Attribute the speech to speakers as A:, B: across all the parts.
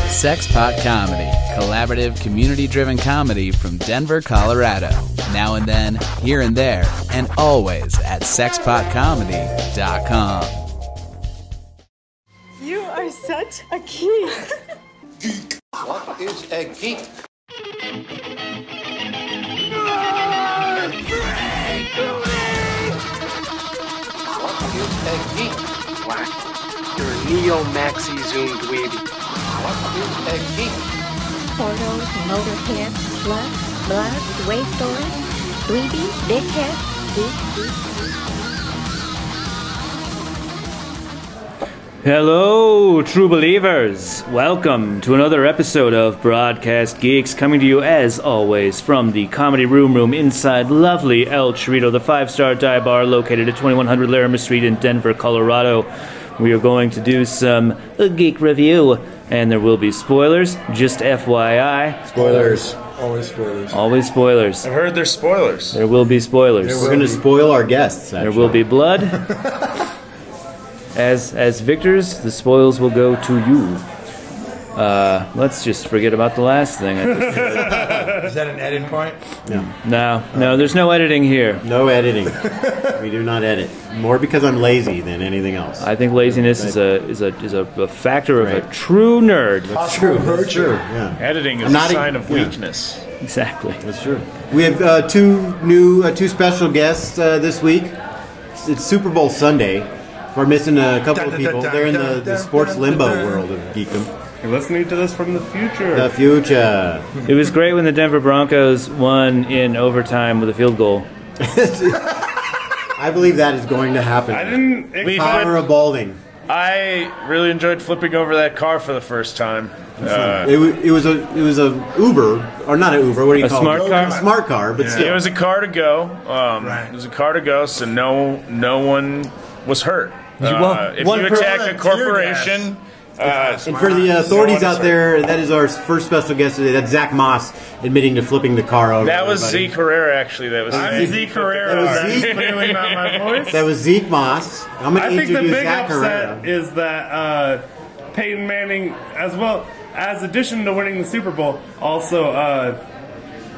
A: Sexpot Comedy, collaborative, community driven comedy from Denver, Colorado. Now and then, here and there, and always at sexpotcomedy.com.
B: You are such a geek.
C: What is a geek? What is a geek?
D: You're a neo maxi zoom dweeby.
C: What is a geek?
E: Portals, motorhead, slut, blood, waste story, dweeby, dickhead, geek, geek,
F: Hello, true believers. Welcome to another episode of Broadcast Geeks, coming to you as always from the Comedy Room Room inside lovely El Chorito, the five star dive bar located at 2100 Larimer Street in Denver, Colorado. We are going to do some uh, geek review, and there will be spoilers. Just FYI,
G: Spoilers. Always spoilers.
F: always spoilers.
H: I've heard there's spoilers.
F: There will be spoilers.
G: We're gonna
I: spoil our guests.
F: There will be blood. as as victors, the spoils will go to you. Uh, let's just forget about the last thing.
G: Is that an edit point?
F: no, no, there's no editing here.
I: No editing. we do not edit. More because I'm lazy than anything else.
F: I think laziness is a is a is a, a factor of a
I: Right.
F: true nerd.
I: That's true. That's true. Yeah,
H: Editing is
I: Not
H: a
I: a-
H: sign of
I: yeah.
H: weakness.
F: Exactly.
I: that's true. We have uh, two new, uh, two special guests uh, this week. It's, it's Super Bowl Sunday. We're missing a couple of people. They're in the, the sports limbo world of geekdom.
J: You're listening to this from the future.
I: The future.
F: It was great when the Denver Broncos won in overtime with a field goal.
I: I believe that is going to happen.
J: I didn't.
H: We
J: expect-
I: Power of balding.
H: I really enjoyed flipping over that car for the first time. Uh,
I: It, wa- it was a it was a Uber or not an Uber. What do you
F: A
I: call
F: smart
I: it?
F: car?
I: Smart car, but still.
H: it was a car to go. Um, It was a car to go, so no no one was hurt. Uh,
F: won't-
H: if
F: one
H: you
F: per-
H: attack a corporation, uh,
I: And for the authorities
H: no one is
I: out there, that is our first special guest today. That's Zach Moss admitting to flipping the car over.
H: that was
I: everybody.
H: Zeke Herrera actually. That was
J: I'm Zeke Herrera.
I: That was
J: That's
I: Zeke.
J: clearly not my voice.
I: That was Zeke Moss. I'm going
J: I
I: to
J: think the
I: introduce
J: big
I: Zach
J: upset
I: Herrera.
J: is that uh, Peyton Manning, as well as addition to winning the Super Bowl, also uh,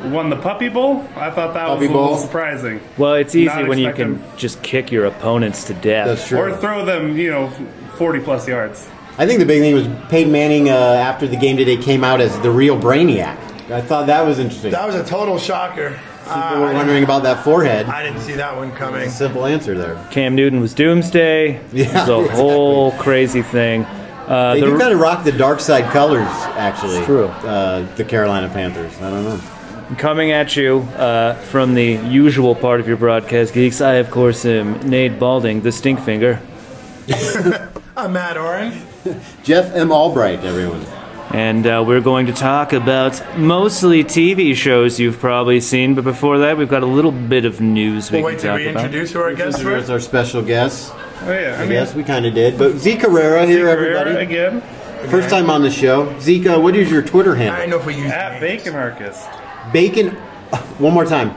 J: won the Puppy Bowl. I thought that
I: Puppy
J: was a little
I: Bowl.
J: surprising.
F: Well, it's
J: Not
F: easy when you can
J: expecting-
F: just kick your opponents to death.
I: That's true.
J: Or throw them, you know, 40 plus yards.
I: I think the big thing was Peyton Manning uh, after the game today came out as the real brainiac. I thought that was interesting.
G: That was a total shocker.
I: People
G: Uh,
I: were wondering about that forehead.
G: I didn't see that one coming.
I: Simple answer there.
F: Cam Newton was doomsday.
I: Yeah,
F: it was a
I: exactly.
F: whole crazy thing. Uh,
I: They
F: the-
I: do kind of rock the dark side colors, actually.
F: It's true.
I: Uh, the Carolina Panthers. I don't know.
F: Coming at you uh, from the usual part of your broadcast, geeks. I, of course, am Nate Balding, the stink finger,
G: I'm Uh, Matt Oren.
I: Jeff M. Albright, everyone.
F: and uh, we're going to talk about mostly TV shows you've probably seen. But before that, we've got a little bit of news we
G: Well, wait,
F: can
G: did
F: talk
G: we
F: about.
G: introduce who our guests were?
I: There's our special guest.
J: Oh, yeah. I mean,
I: Yes, we kind of did. But Zeke Herrera
J: Zeke
I: here,
J: Herrera
I: everybody.
J: again
I: First time on the show. Zeke, uh, what is your Twitter
G: I
I: handle?
G: don't know if we used
J: at
G: names.
J: Bacon Arcus.
I: Bacon. uh, One more time.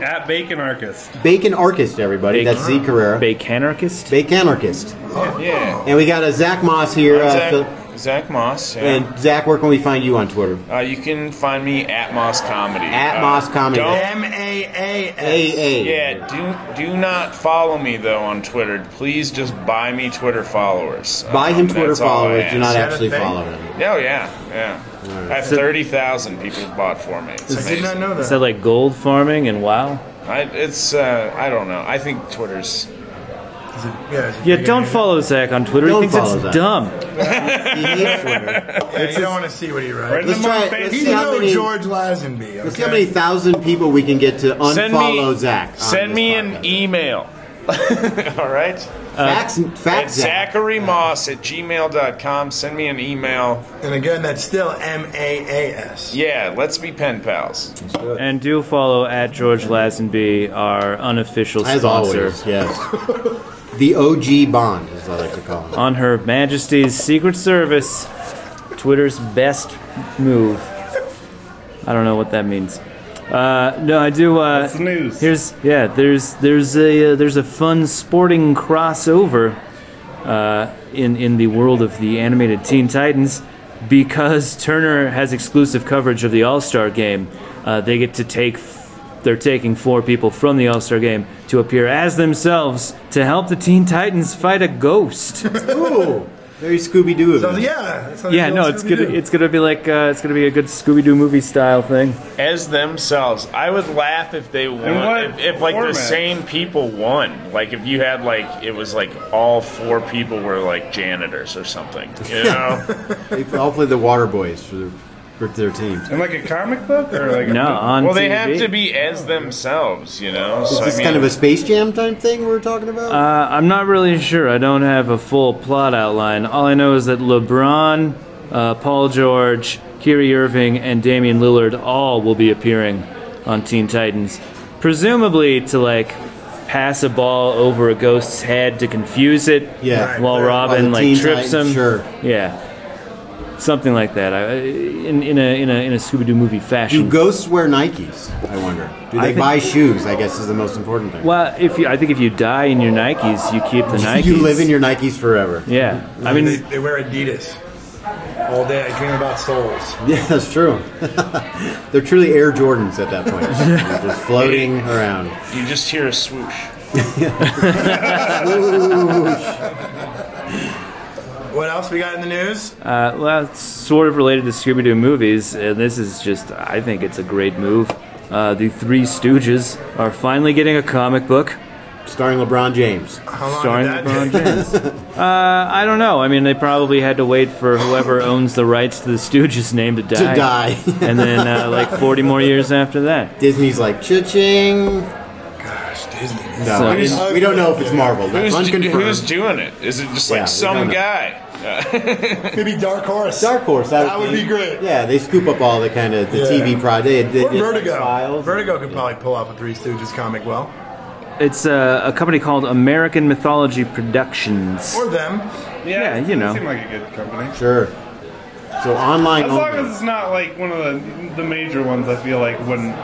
J: At Bacon Arcus.
I: Bacon Archist, everybody.
F: Bacon-
I: That's Zeke Herrera.
F: Bacanarchist.
I: Bacon Anarchist.
H: Yeah,
I: And we got a Zach Moss here. Uh, Phil-
H: Zach, Zach Moss. Yeah.
I: and Zach, where can we find you on Twitter?
H: Uh, you can find me at Moss Comedy.
I: At
H: Uh,
I: Moss Comedy.
H: Don't,
G: M A A
I: A
G: A.
I: A.
H: yeah, do do not follow me though on Twitter. Please just buy me Twitter followers.
I: Buy him
H: Um,
I: Twitter
H: that's all I
I: followers. Do not
H: ask.
G: that a
I: actually
G: thing?
I: follow him.
H: Oh yeah, yeah. I have thirty thousand people bought for me. It's
G: I did not
H: amazing.
G: know
F: Is that
G: that.
F: like gold farming and wow?
H: I, it's uh, I don't know. I think Twitter's.
G: Yeah, it's a
F: Yeah,
G: big
F: don't
G: idea.
F: follow Zach on Twitter.
I: Don't
F: he thinks
I: follow
F: it's
I: Zach.
F: dumb.
I: He hates Twitter.
G: Yeah, you don't want to see what he writes.
I: Let's try.
J: Friend
I: Let's
G: He's
I: see how
G: no
I: many.
G: George Lazenby. Okay?
I: Let's see how many thousand people we can get to
H: Send me
I: unfollow Zach. on
H: Send
I: this
H: me an
I: podcast.
H: e- email. All right.
I: Facts,
H: At
I: facts, Zach.
H: Zachary Moss at gmail.com. Send me an email.
G: And again, that's still M A A S.
H: Yeah, let's be pen pals.
F: And do follow at George Lazenby, our unofficial
I: As
F: sponsor.
I: always, yes. the OG Bond, as I like to call him.
F: On Her Majesty's Secret Service, Twitter's best move. I don't know what that means. Uh, no, I do. Uh,
J: That's the news.
F: Here's yeah. There's there's a uh, there's a fun sporting crossover uh, in in the world of the animated Teen Titans. because Turner has exclusive coverage of the All Star game, uh, they get to take. They're taking four people from the All Star game to appear as themselves to help the Teen Titans fight a ghost.
I: Ooh, very Scooby Doo.
G: So, yeah. it's like
F: yeah,
G: the
F: no,
G: old
F: it's gonna
G: Scooby-Doo.
F: it's gonna be like uh, it's gonna be a good Scooby Doo movie style thing.
H: as themselves. I would laugh if they
J: what
H: won. If, if like the
J: format?
H: same people won. Like if you had like it was like all four people were like janitors or something. You know?
I: They all play the Water Boys for their, for their teams.
J: In like a comic book or like
F: No, on
H: well, they
F: TV.
H: have to be as themselves. You know.
I: Is
H: So, I
I: this
H: mean,
I: kind of a Space Jam type thing we're talking about?
F: Uh, I'm not really sure. I don't have a full plot outline. All I know is that LeBron, uh, Paul George, Kyrie Irving, and Damian Lillard all will be appearing on Teen Titans, presumably to like pass a ball over a ghost's head to confuse it.
I: Yeah. Right,
F: While
I: right.
F: Robin
I: Oh, the
F: like
I: Teen
F: trips
I: Titans,
F: him.
I: sure.
F: Yeah. Something like that. I, I- in, in a in a in a Scooby Doo movie fashion.
I: Do ghosts wear Nikes? I wonder. Do
F: I
I: they
F: think-
I: buy shoes? I guess is the most important thing.
F: well, if you, I think if you die in your Nikes, you keep the Nikes.
I: You live in your Nikes forever.
F: Yeah, I
G: they,
F: mean,
G: they wear Adidas all day. I dream about souls.
I: Yeah, that's true. They're truly Air Jordans at that point. They're just floating around.
H: you just hear a swoosh.
G: What else we got in the news?
F: uh, well, it's sort of related to Scooby Doo movies, and this is just, I think it's a great move. Uh, the Three Stooges are finally getting a comic book
I: Starring LeBron James.
G: How long
F: starring
G: did that
F: LeBron
G: take?
F: James. uh, I don't know. I mean, they probably had to wait for whoever owns the rights to the Stooges name to die.
I: To die.
F: and then, uh, like, 40 more years after that.
I: Disney's like cha-ching.
G: Gosh, Disney.
I: No,
F: So-
I: we don't- we don't know if it's Marvel. That's
H: Who's, do-
I: unconfirmed.
H: who's doing it? Is it just like
I: Yeah, we don't
H: some
I: know.
H: guy?
G: Maybe Dark Horse.
I: Dark Horse. That,
G: That would be great.
I: Yeah, they scoop up all the kind of the
G: Yeah.
I: TV prod. They, they
G: Or
I: did
G: Vertigo.
I: Files.
G: Vertigo could probably pull off a Three Stooges comic well.
F: It's uh, a company called American Mythology Productions.
G: Or them.
F: Yeah, you know.
J: They seem like a good company.
I: Sure. So online
J: As long
I: only.
J: as it's not like one of the the major ones, I feel like wouldn't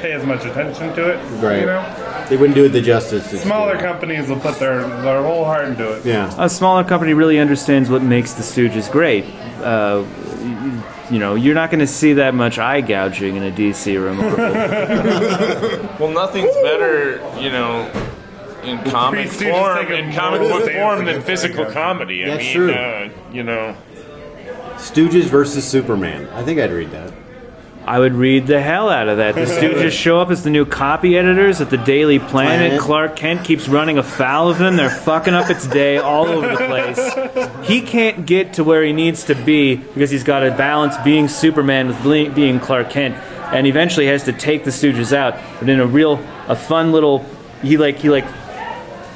J: pay as much attention to it.
I: Right.
J: You know,
I: They wouldn't do it the justice. it's
J: smaller
I: doing.
J: companies will put their their whole heart into it.
I: Yeah.
F: a smaller company really understands what makes the Stooges great. Uh, you, you know, you're not going to see that much eye gouging in a DC room.
H: Well, nothing's better, you know, in comic
J: Stooges
H: form,
J: take a
H: in comic
J: moral
H: book
J: stance
H: form than
J: against
H: physical
J: that guy.
H: comedy. I
I: That's
H: mean,
I: true.
H: Uh, you know,
I: Stooges versus Superman. I think I'd read that.
F: I would read the hell out of that. The Stooges show up as the new copy editors at the Daily Planet.
I: Planet.
F: Clark Kent keeps running afoul of them. They're fucking up its day all over the place. He can't get to where he needs to be because he's got to balance being Superman with ble- being Clark Kent, and eventually has to take the Stooges out. But in a real, a fun little, he like he like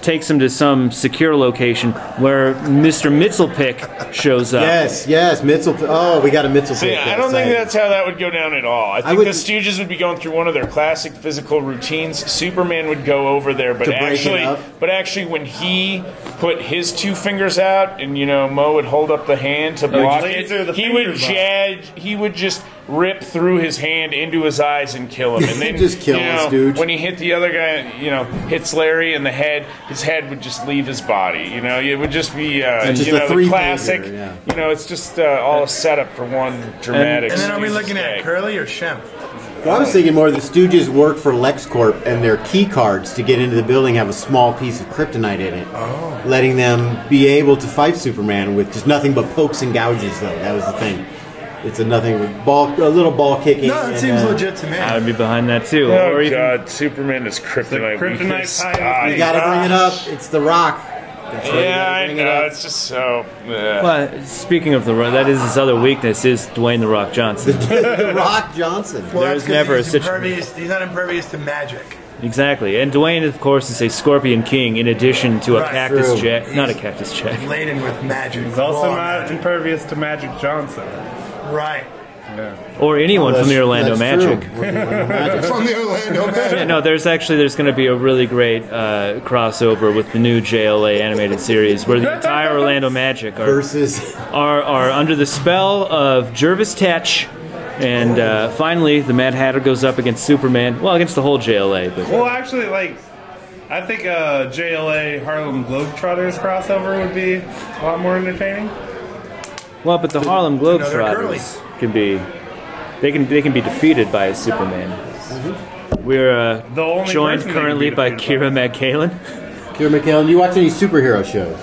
F: takes him to some secure location where Mr. Mitzelpick shows up.
I: Yes, yes, Mitzel. Oh, we got a Mitzel.
H: See,
I: pick
H: I
I: that
H: don't think
I: side.
H: that's how that would go down at all. I think
I: would-
H: the Stooges would be going through one of their classic physical routines. Superman would go over there, but
I: To break it
H: actually,
I: up?
H: but actually, when he put his two fingers out, and you know, Mo would hold up the hand to block
J: just
H: it,
J: laser the
H: he would
J: fingers off.
H: jag, he would just rip through his hand into his eyes and kill him. And then
I: Just kill
H: you
I: this
H: know,
I: dude.
H: When he hit the other guy, you know, hits Larry in the head, his head would just leave his body. You know, it would just be, uh,
I: It's just
H: you
I: a
H: know, the
I: three-finger,
H: classic.
I: yeah.
H: You know, it's just uh, all a setup for one dramatic.
G: And then are we
H: Stooges
G: looking
H: gag.
G: at Curly or Shemp?
I: Well, I was thinking more the Stooges work for LexCorp and their key cards to get into the building have a small piece of kryptonite in it, oh. letting them be able to fight Superman with just nothing but pokes and gouges. Though that was the thing. It's a nothing with ball, a little ball kicking.
G: No,
I: and,
G: that seems
I: uh,
G: legit to me.
F: I would be behind that too.
H: Oh
F: or even
H: god, Superman is kryptonite.
J: The kryptonite
H: weakness.
J: pie in the
H: God,
J: face.
I: You gotta bring it up. It's the Rock. That's right, you
H: Yeah,
I: gotta
H: I
I: bring it
H: know.
I: up.
H: It's just so. eh.
F: Well, speaking of the Rock, that is his other weakness is Dwayne the Rock Johnson.
I: the Rock Johnson.
G: Well,
F: there is
G: that's 'cause
F: never a
G: he's
F: situ-
G: impervious- He's not impervious to magic.
F: exactly, and Dwayne, of course, is a Scorpion King in addition to a
G: Right,
F: cactus
I: true.
F: jack, not a cactus jack.
G: Laden with magic.
J: He's also
G: Raw
J: not
G: magic.
J: impervious to Magic Johnson.
G: Right.
F: or anyone from the Orlando
I: That's
F: Magic.
I: true. Orlando Magic.
G: From the Orlando
F: Yeah,
G: Magic.
F: no, there's actually there's going to be a really great uh, crossover with the new JLA animated series where the entire Orlando Magic are
I: Versus
F: are, are under the spell of Jervis Tetch. And uh, finally, the Mad Hatter goes up against Superman. Well, against the whole JLA, but
J: Well, actually, like I think uh, JLA Harlem Globetrotters crossover would be a lot more entertaining.
F: Well, but the Harlem
G: they're
F: Globetrotters can be they can they can be defeated by a Superman. We're uh,
J: Mm-hmm. The only
F: joined
J: person they can
F: currently
J: be
F: by
J: defeated
F: Kira McKalen.
I: Kira McKellen, you watch any superhero shows?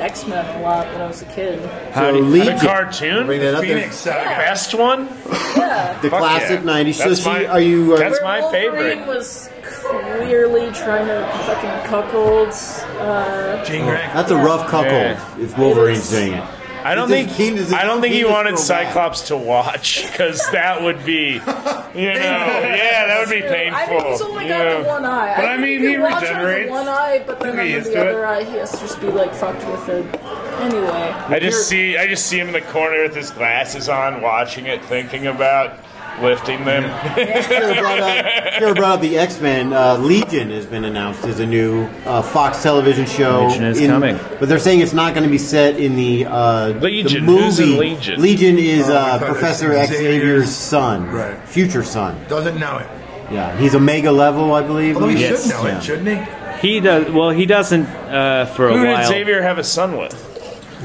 B: X Men a lot when I was a kid.
I: so
H: The
I: Legion,
H: cartoon?
I: bring that up there.
G: Phoenix
H: The
G: Saga.
H: best one?
I: the
H: Fuck
I: classic
H: yeah.
I: '90s. So
H: That's
I: she,
H: my-
I: are you? Are,
H: that's- It's my
B: Wolverine
H: favorite.
B: was clearly trying to fucking cuckold. Uh,
G: Jean Grey.
I: that's a rough couple.
F: Yeah.
I: If Wolverine's doing it,
H: I
I: It's
H: don't
I: a
H: think
I: penis- it's
H: I don't
I: a
H: think he
I: penis
H: wanted
I: for a while.
H: Cyclops to watch because that would be, you know, yeah, that would be
B: I mean, he's
H: painful.
B: only
H: you
B: got the
H: know.
B: one eye.
J: But I
B: think
J: mean,
B: you
J: he
B: can watch her with
J: regenerates.
B: One eye, but
J: You
B: then
J: get
B: under
J: used
B: the
J: to
B: other
J: it.
B: eye, he has to just be like fucked with it. Anyway,
H: I just see I just see him in the corner with his glasses on, watching it, thinking about lifting them.
I: Kara brought up, Kara brought up the X Men. Uh, Legion has been announced as a new uh, Fox television show.
F: Legion is coming.
I: but they're saying it's not going to be set in the uh, the
H: Legion.
I: movie.
H: Who's in Legion?
I: is
G: Oh,
I: uh,
G: I thought it was
I: Professor
G: Xavier's-
I: Xavier's son,
G: Right.
I: future son.
G: Doesn't know it.
I: Yeah, he's Omega level, I believe.
G: Although he
F: Yes.
G: should know
I: Yeah.
G: it, shouldn't he?
F: He does well. He doesn't uh, for a
H: Who did
F: while.
H: Xavier have a son with?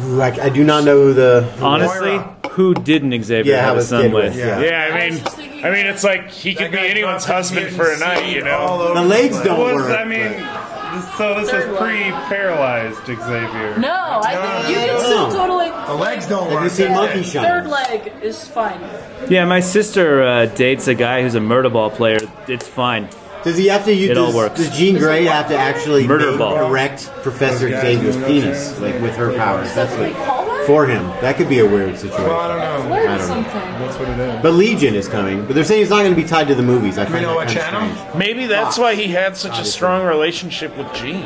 I: Ooh, I, I do not know who the.
F: Honestly,
G: Moira.
F: who didn't Xavier
I: Yeah,
F: have
I: have
F: a
I: a
F: son
I: kid
F: with?
I: with,
G: Yeah.
H: Yeah, I
B: I was
H: mean,
B: just thinking-
H: I mean, it's like he
G: That
H: could be
G: guy
H: anyone's
G: fucking
H: husband
G: getting
H: for a night,
G: seen
H: you
G: all
H: know.
G: over
I: The legs
G: place.
I: don't
J: What's,
I: work.
J: I mean,
I: but-
J: this- so this
B: Third
J: was
B: one.
J: pre-paralyzed Xavier.
B: no, I think
G: no,
B: you
I: no,
B: can
I: no.
B: still totally.
G: The legs don't
I: Have
G: work.
I: you seen
B: Third
I: Monkey Shine?
B: leg is fine.
F: Yeah, my sister uh, dates a guy who's a murder ball player. It's fine.
I: Does he have to use?
F: It all
I: does,
F: works.
I: Does Jean Grey have to actually
F: Murder
I: make-
F: ball.
I: erect Professor
G: Okay.
I: Xavier's
G: Okay.
I: penis, like with her powers? That's
B: We
I: what
B: call that?
I: for him. That could be a weird situation.
G: Well, I don't know.
B: Learn
I: don't know.
B: something.
G: That's what it is.
I: But Legion is coming. But they're saying it's not going to be tied to the movies. I
G: we
I: find
G: know
I: that
G: what
I: kind of
G: channel?
I: strange.
H: Maybe that's why he had such a strong relationship with Jean.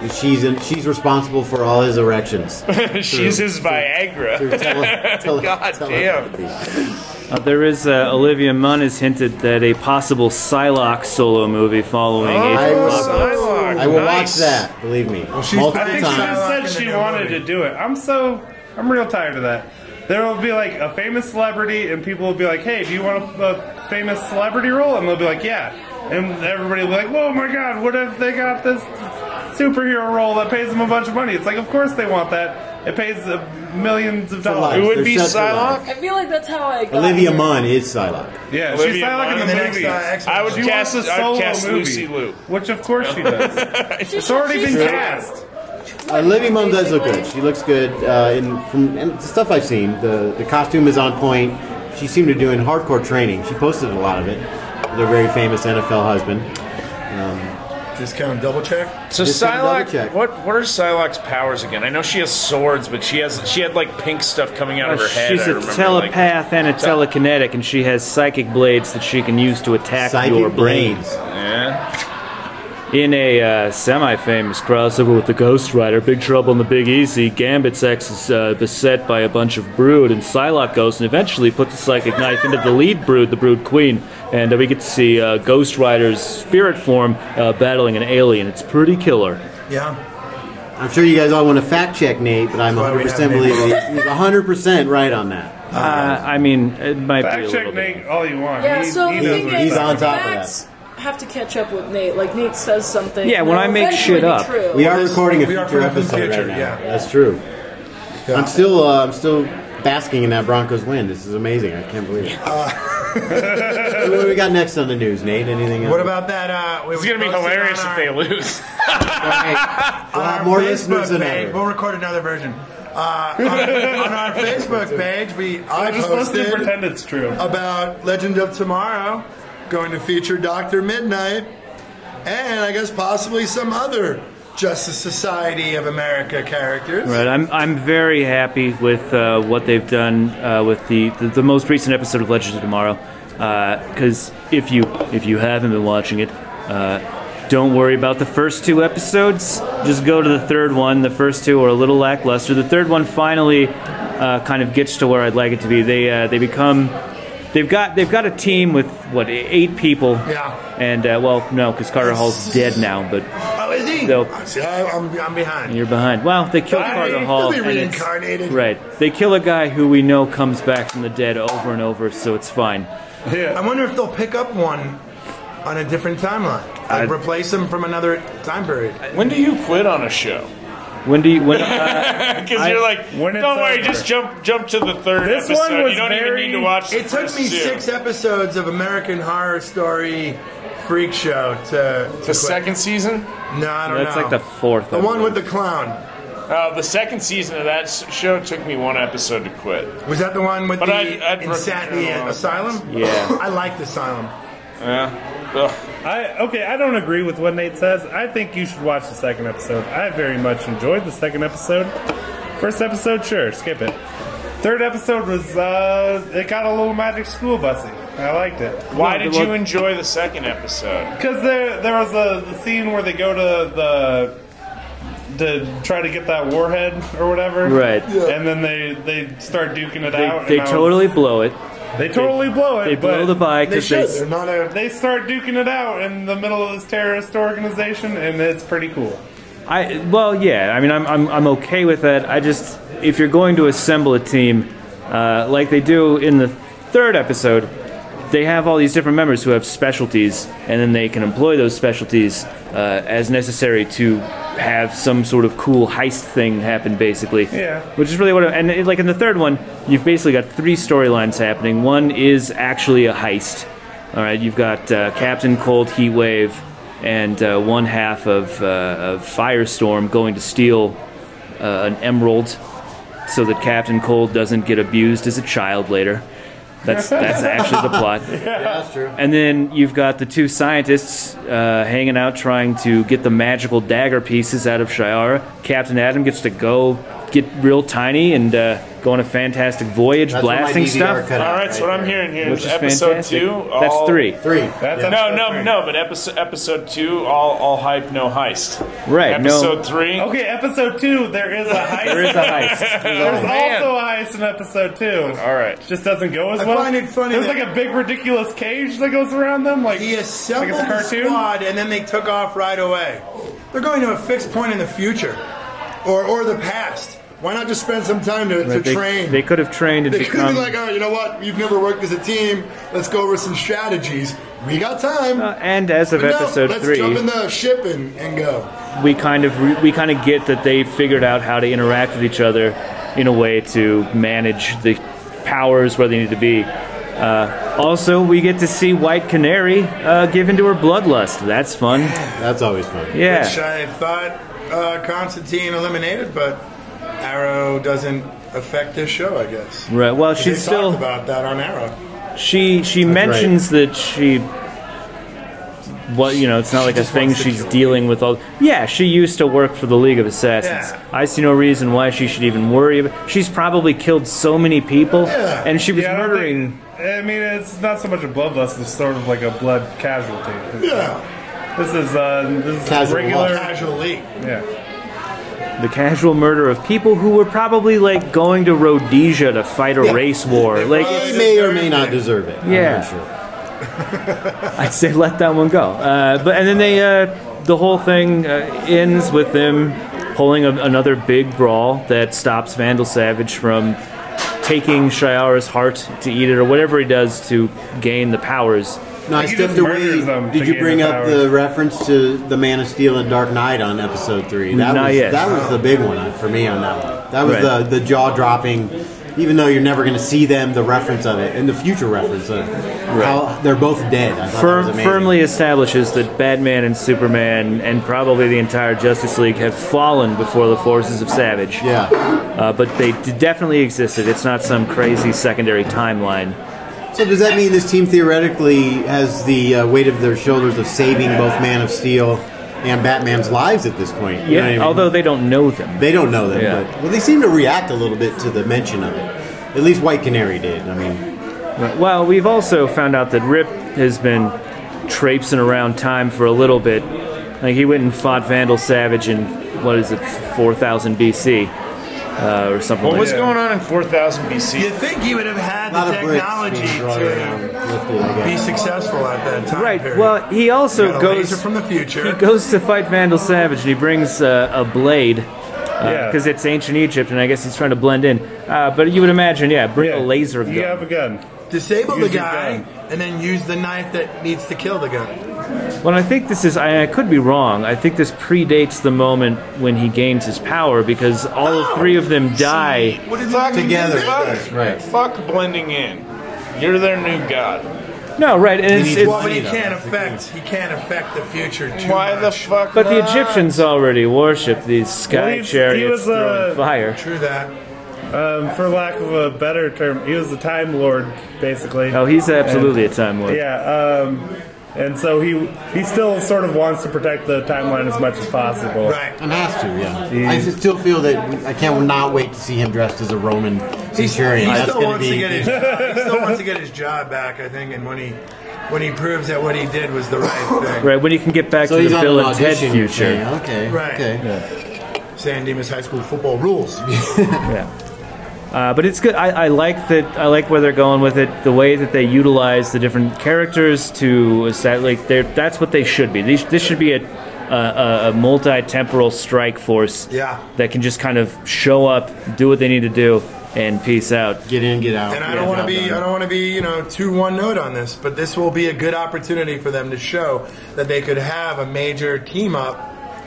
I: And She's in, she's responsible for all his erections.
H: She's
I: True.
H: his Viagra.
I: Through tele- tele-
H: God
I: telepathy.
F: Uh, there is uh, Olivia Munn has hinted that a possible Psylocke solo movie following
H: Oh,
F: Agent
I: will-
F: Apocalypse.
H: Psylocke,
I: I will
H: nice.
I: watch that. Believe me,
G: she's-
I: multiple
J: I think she
I: times.
J: just
G: Time.
J: said she wanted to do it. I'm so I'm real tired of that. There will be like a famous celebrity, and people will be like, "Hey, do you want a, a famous celebrity role?" And they'll be like, "Yeah," and everybody will be like, "Oh my god, what if they got this superhero role that pays them a bunch of money?" It's like, of course they want that. It pays uh, millions of
I: life.
J: dollars.
H: Who would
I: They're
H: be
I: such alike.
H: Psylocke?
B: I feel like that's how I got
I: Olivia
B: here.
I: Munn is Psylocke.
J: Yeah,
H: Olivia
J: she's Psylocke
H: Munn.
J: in
G: The
J: the
G: next,
J: movie.
G: uh, X-Men.
H: I would
J: She
H: cast,
J: wants a
H: I
J: solo
H: would cast
J: movie,
H: Lucy Liu.
J: which of course she does. It's already been cast.
I: Olivia Munn Uh, does look good. She looks good uh, in from and the stuff I've seen. The the costume is on point. She seemed to do in hardcore training. She posted a lot of it. With her very famous NFL husband.
G: Just kind of double check.
H: So
I: Just gotta double
H: Psylocke,
I: check.
H: what what are Psylocke's powers again? I know she has swords, but she has she had like pink stuff coming out of her head.
F: She's
H: I
F: a
H: remember, Like,
F: telepath and a telekinetic, and she has psychic blades that she can use to attack your
I: Psychic
F: brain.
I: brains.
H: yeah.
F: In a uh, semi-famous crossover with the Ghost Rider, Big Trouble in the Big Easy, Gambit's ex is uh, beset by a bunch of brood and Psylocke goes and eventually puts a psychic knife into the lead brood, the Brood Queen, and uh, we get to see uh, Ghost Rider's spirit form uh, battling an alien. It's pretty killer.
G: Yeah.
I: I'm sure you guys all want to fact check Nate, but I'm
G: That's why we
I: 100 percent
G: have Nate.
I: believe he's- he's 100 percent right on that.
F: Uh, I mean, it might be a
J: Fact
F: little
J: check
F: bit.
J: Nate all you want.
B: Yeah,
J: he,
B: so
J: he
B: the
J: knows
B: thing
J: what
B: is,
I: He's on top of
B: facts have to catch up with Nate. Like Nate says something.
F: Yeah, when
B: they'll
F: I make
B: eventually
F: shit
B: be
F: up.
B: true.
I: We are recording a
G: we
I: future
G: are from the
I: episode
G: future,
I: right now.
G: yeah.
I: That's true.
G: Yeah.
I: I'm still uh, I'm still basking in that Broncos win. This is amazing. I can't believe it.
G: Uh,
I: So what do we got next on the news, Nate? Anything? else?
G: What about that? Uh, we-
H: It's
G: we
H: gonna be
G: posted on
H: hilarious if
G: our-
H: they lose.
I: We'll
G: on
I: have
G: our
I: more listeners
G: Facebook
I: than
G: page.
I: ever.
G: We'll record another version. Uh, on, on our Facebook page, we I
J: I'm just supposed to pretend
G: posted
J: it's true.
G: about Legend of Tomorrow going to feature Doctor Midnight, and I guess possibly some other Justice Society of America characters.
F: Right, I'm I'm very happy with uh, what they've done uh, with the, the the most recent episode of Legends of Tomorrow. Because if you if you haven't been watching it, uh, don't worry about the first two episodes. Just go to the third one. The first two are a little lackluster. The third one finally uh, kind of gets to where I'd like it to be. They uh, they become they've got they've got a team with what eight people.
G: Yeah.
F: And uh, well, no, because Carter Hall's dead now, but
G: Oh, is he?
F: Nope.
G: See, I, I'm, I'm behind.
F: you're behind. Well, they killed
J: Bye.
F: Carter
J: He'll
F: Hall.
G: be
F: and it's-
G: reincarnated.
F: Right. They kill a guy who we know comes back from the dead over and over, so it's fine.
G: I wonder if they'll pick up one on a different timeline. Like replace them from another time period.
H: when do you quit on a show?
F: When do you? When, uh,
H: Because
F: I-
H: you're like,
J: when it's
H: don't worry,
J: over."
H: just jump jump to the third
J: This
H: episode.
J: one was
H: you don't
J: very-
H: even need to watch. the
G: It took
H: first
G: me
H: two.
G: six episodes of American Horror Story Freak Show to. to
H: The
G: quit.
H: second season?
G: No, I don't
F: that's
G: know.
F: like the fourth.
G: The
F: I
G: one
F: believe.
G: with the clown.
H: Uh, the second season of that s- show took me one episode to quit.
G: Was that the one with
H: But
G: the
H: I'd- I'd recommend
G: insanity
H: it a lot.
G: asylum?
F: Yeah.
G: I liked Asylum.
H: Yeah. Ugh.
J: I okay, I don't agree with what Nate says. I think you should watch the second episode. I very much enjoyed the second episode. First episode, sure, skip it. Third episode was uh, it got a little magic school busy. I liked it.
H: Why
F: No,
H: did
F: the
H: you
F: one-
H: enjoy the second episode?
J: Because there there was a the scene where they go to the to try to get that warhead or whatever,
F: Right.
J: And then they they start duking it
F: They,
J: out.
F: they
J: and I was-
F: totally blow it.
J: they totally blow it.
F: They blow
J: but
F: the bike
G: They
F: because they.
G: should.
F: s-
G: They're not a.
J: They start duking it out in the middle of this terrorist organization, and it's pretty cool.
F: I well, yeah. I mean, I'm I'm I'm okay with that. I just if you're going to assemble a team, uh, like they do in the third episode, they have all these different members who have specialties, and then they can employ those specialties uh, as necessary to have some sort of cool heist thing happen, basically.
J: Yeah.
F: Which is really what. And it, like in the third one, you've basically got three storylines happening. One is actually a heist. All right, you've got uh, Captain Cold Heat Wave and uh, one half of, uh, of Firestorm going to steal uh, an emerald so that Captain Cold doesn't get abused as a child later. That's that's actually the plot.
I: that's true.
F: And then you've got the two scientists uh, hanging out trying to get the magical dagger pieces out of Shiara. Captain Adam gets to go get real tiny and uh, go on a fantastic voyage,
I: That's what my
F: blasting
I: DVR
F: stuff.
I: cut out
H: All right, so what I'm
I: there.
H: hearing here
F: Which
H: is
F: is
H: episode
F: fantastic.
H: two.
F: That's
H: all-
F: three.
I: Three.
J: That's
I: yeah.
H: No, no, no. But episode episode two, all all hype, no heist.
F: Right, no-
H: Episode three. Oh,
J: Okay, episode two, there is a heist.
F: There is a heist.
J: There's
H: man.
J: also a heist in episode two.
H: All right.
J: Just doesn't go as
G: I
J: well.
G: find it funny
J: There's
G: that-
J: like a big ridiculous cage that goes around them. Like
G: He assembled
J: Like it's a
G: the
J: cartoon?
G: squad and then they took off right away. They're going to a fixed point in the future or, or the past. Why not just spend some time to, to
F: they,
G: train?
F: they could have trained and
G: They could be
F: become.
G: like, oh, you know what? You've never worked as a team. Let's go over some strategies. We got time.
F: Uh, and as of
G: No,
F: episode
G: let's
F: three,
G: jump in the ship and, and go.
F: we kind of re- we kind of get that they figured out how to interact with each other in a way to manage the powers where they need to be. Uh, also, we get to see White Canary uh, give into her bloodlust. That's fun.
I: That's always fun.
F: Yeah.
G: Which I thought uh, Constantine eliminated, but Arrow doesn't affect this show, I guess.
F: Right. Well,
G: They
F: she's
G: talked
F: still
G: about that on Arrow.
F: she she mentions that she what you know it's not like a thing
G: wants to
F: she's
G: do it.
F: dealing with all yeah she used to work for the league of assassins
G: Yeah.
F: i see no reason why she should even worry about she's probably killed so many people
G: Yeah.
F: and she was
J: Yeah, I don't
F: murdering
J: think- I mean, it's not so much a bloodlust; it's sort of like a blood casualty. It's-
G: Yeah,
J: This is uh, this is
I: Casual
J: regular.
I: loss.
G: casually.
J: Yeah,
F: the casual murder of people who were probably like going to rhodesia to fight a
I: Yeah. Oh,
F: race war like
I: He
F: it's-
I: may or may not deserve it. I'm
F: Yeah.
I: not sure.
F: I'd say let that one go. Uh, but and then they, uh, the whole thing uh, ends with them pulling a, another big brawl that stops Vandal Savage from taking Shiara's heart to eat it or whatever he does to gain the powers.
I: No, I
J: He
I: stepped
J: just murders
I: away.
J: them to
I: Did you
J: gain
I: bring
J: the
I: up the reference to the Man of Steel and Dark Knight on episode three? That
F: Not
I: was,
F: yet.
I: That was the big one on- for me on that one. That was
F: Right.
I: the, the jaw dropping. Even though you're never going to see them, the reference of it and the future reference of how they're both dead. I thought that was
F: Firm,
I: amazing.
F: firmly establishes that Batman and Superman and probably the entire Justice League have fallen before the forces of Savage.
I: Yeah.
F: Uh, but they d- definitely existed. It's not some crazy secondary timeline.
I: So does that mean this team theoretically has the uh, weight of their shoulders of saving both Man of Steel and Batman's lives at this point? You know
F: Yeah,
I: what I mean?
F: although they don't know them.
I: They don't know that,
F: Yeah.
I: but well, they seem to react a little bit to the mention of it. At least White Canary did. I mean,
F: Right. Well, we've also found out that Rip has been traipsing around time for a little bit. Like he went and fought Vandal Savage in what is it, 4000 BC uh, or something.
H: What
F: like
H: was
F: that.
H: going on in 4000 BC?
G: You think he would have had
I: a lot
G: the
I: of bricks
G: technology
I: being thrown around.
G: to
I: Lifted, I
G: be
I: guess.
G: successful at that time
F: Right.
G: period?
F: Well, he
G: You
F: also
G: got a
F: goes
G: laser from the future.
F: He goes to fight Vandal Savage and he brings uh, a blade
J: yeah.
F: because it's ancient Egypt and I guess he's trying to blend in. Uh, but you would imagine, yeah, bring a laser gun.
J: You have a gun.
G: Disable the
J: Use your
G: guy
J: gun.
G: and then use the knife that needs to kill the guy.
F: Well, I think this is, I, I could be wrong. I think this predates the moment when he gains his power because all
J: Oh,
F: three of them die.
H: What is fuck,
I: Together.
H: Fuck,
I: Right.
H: fuck blending in. You're their new god.
F: No, right. And it's,
I: need
F: it's,
G: Well, but he
I: you know,
G: can't
I: that's the
G: affect he can't affect the future too
H: Why the
G: much.
H: fuck?
F: but the
H: not?
F: Egyptians already worship these
J: Well,
F: sky
J: he's- he
F: chariots
J: was,
F: throwing
J: uh,
F: fire.
G: True that.
J: Um, for lack of a better term, he was the Time Lord, basically.
F: Oh, he's absolutely a time lord.
J: Yeah, um, and so he he still sort of wants to protect the timeline as much as possible.
G: Right.
I: And has to, yeah. I just still feel that we- I can't not wait to see him dressed as a Roman centurion.
G: He
I: That's
G: still
I: going
G: wants
I: be.
G: to get his he still wants to get his job back, I think, and when he when he proves that what he did was the right thing.
F: Right, when you can get back
I: so
F: to
I: he's
F: the
I: on an
F: Bill and Ted
I: audition. you're saying.
F: future.
I: Okay.
G: Right.
I: Okay.
G: San Dimas High School football rules.
F: Uh, but it's good. I, I like that. I like where they're going with it. The way that they utilize the different characters to is that like they're that's what they should be. These, this should be a a, a multi-temporal strike force.
G: Yeah.
F: That can just kind of show up, do what they need to do, and peace out.
I: Get in, get out.
G: And I
I: get
G: don't want to
I: out,
G: be
I: done.
G: I don't want to be you know two one note on this, but this will be a good opportunity for them to show that they could have a major team up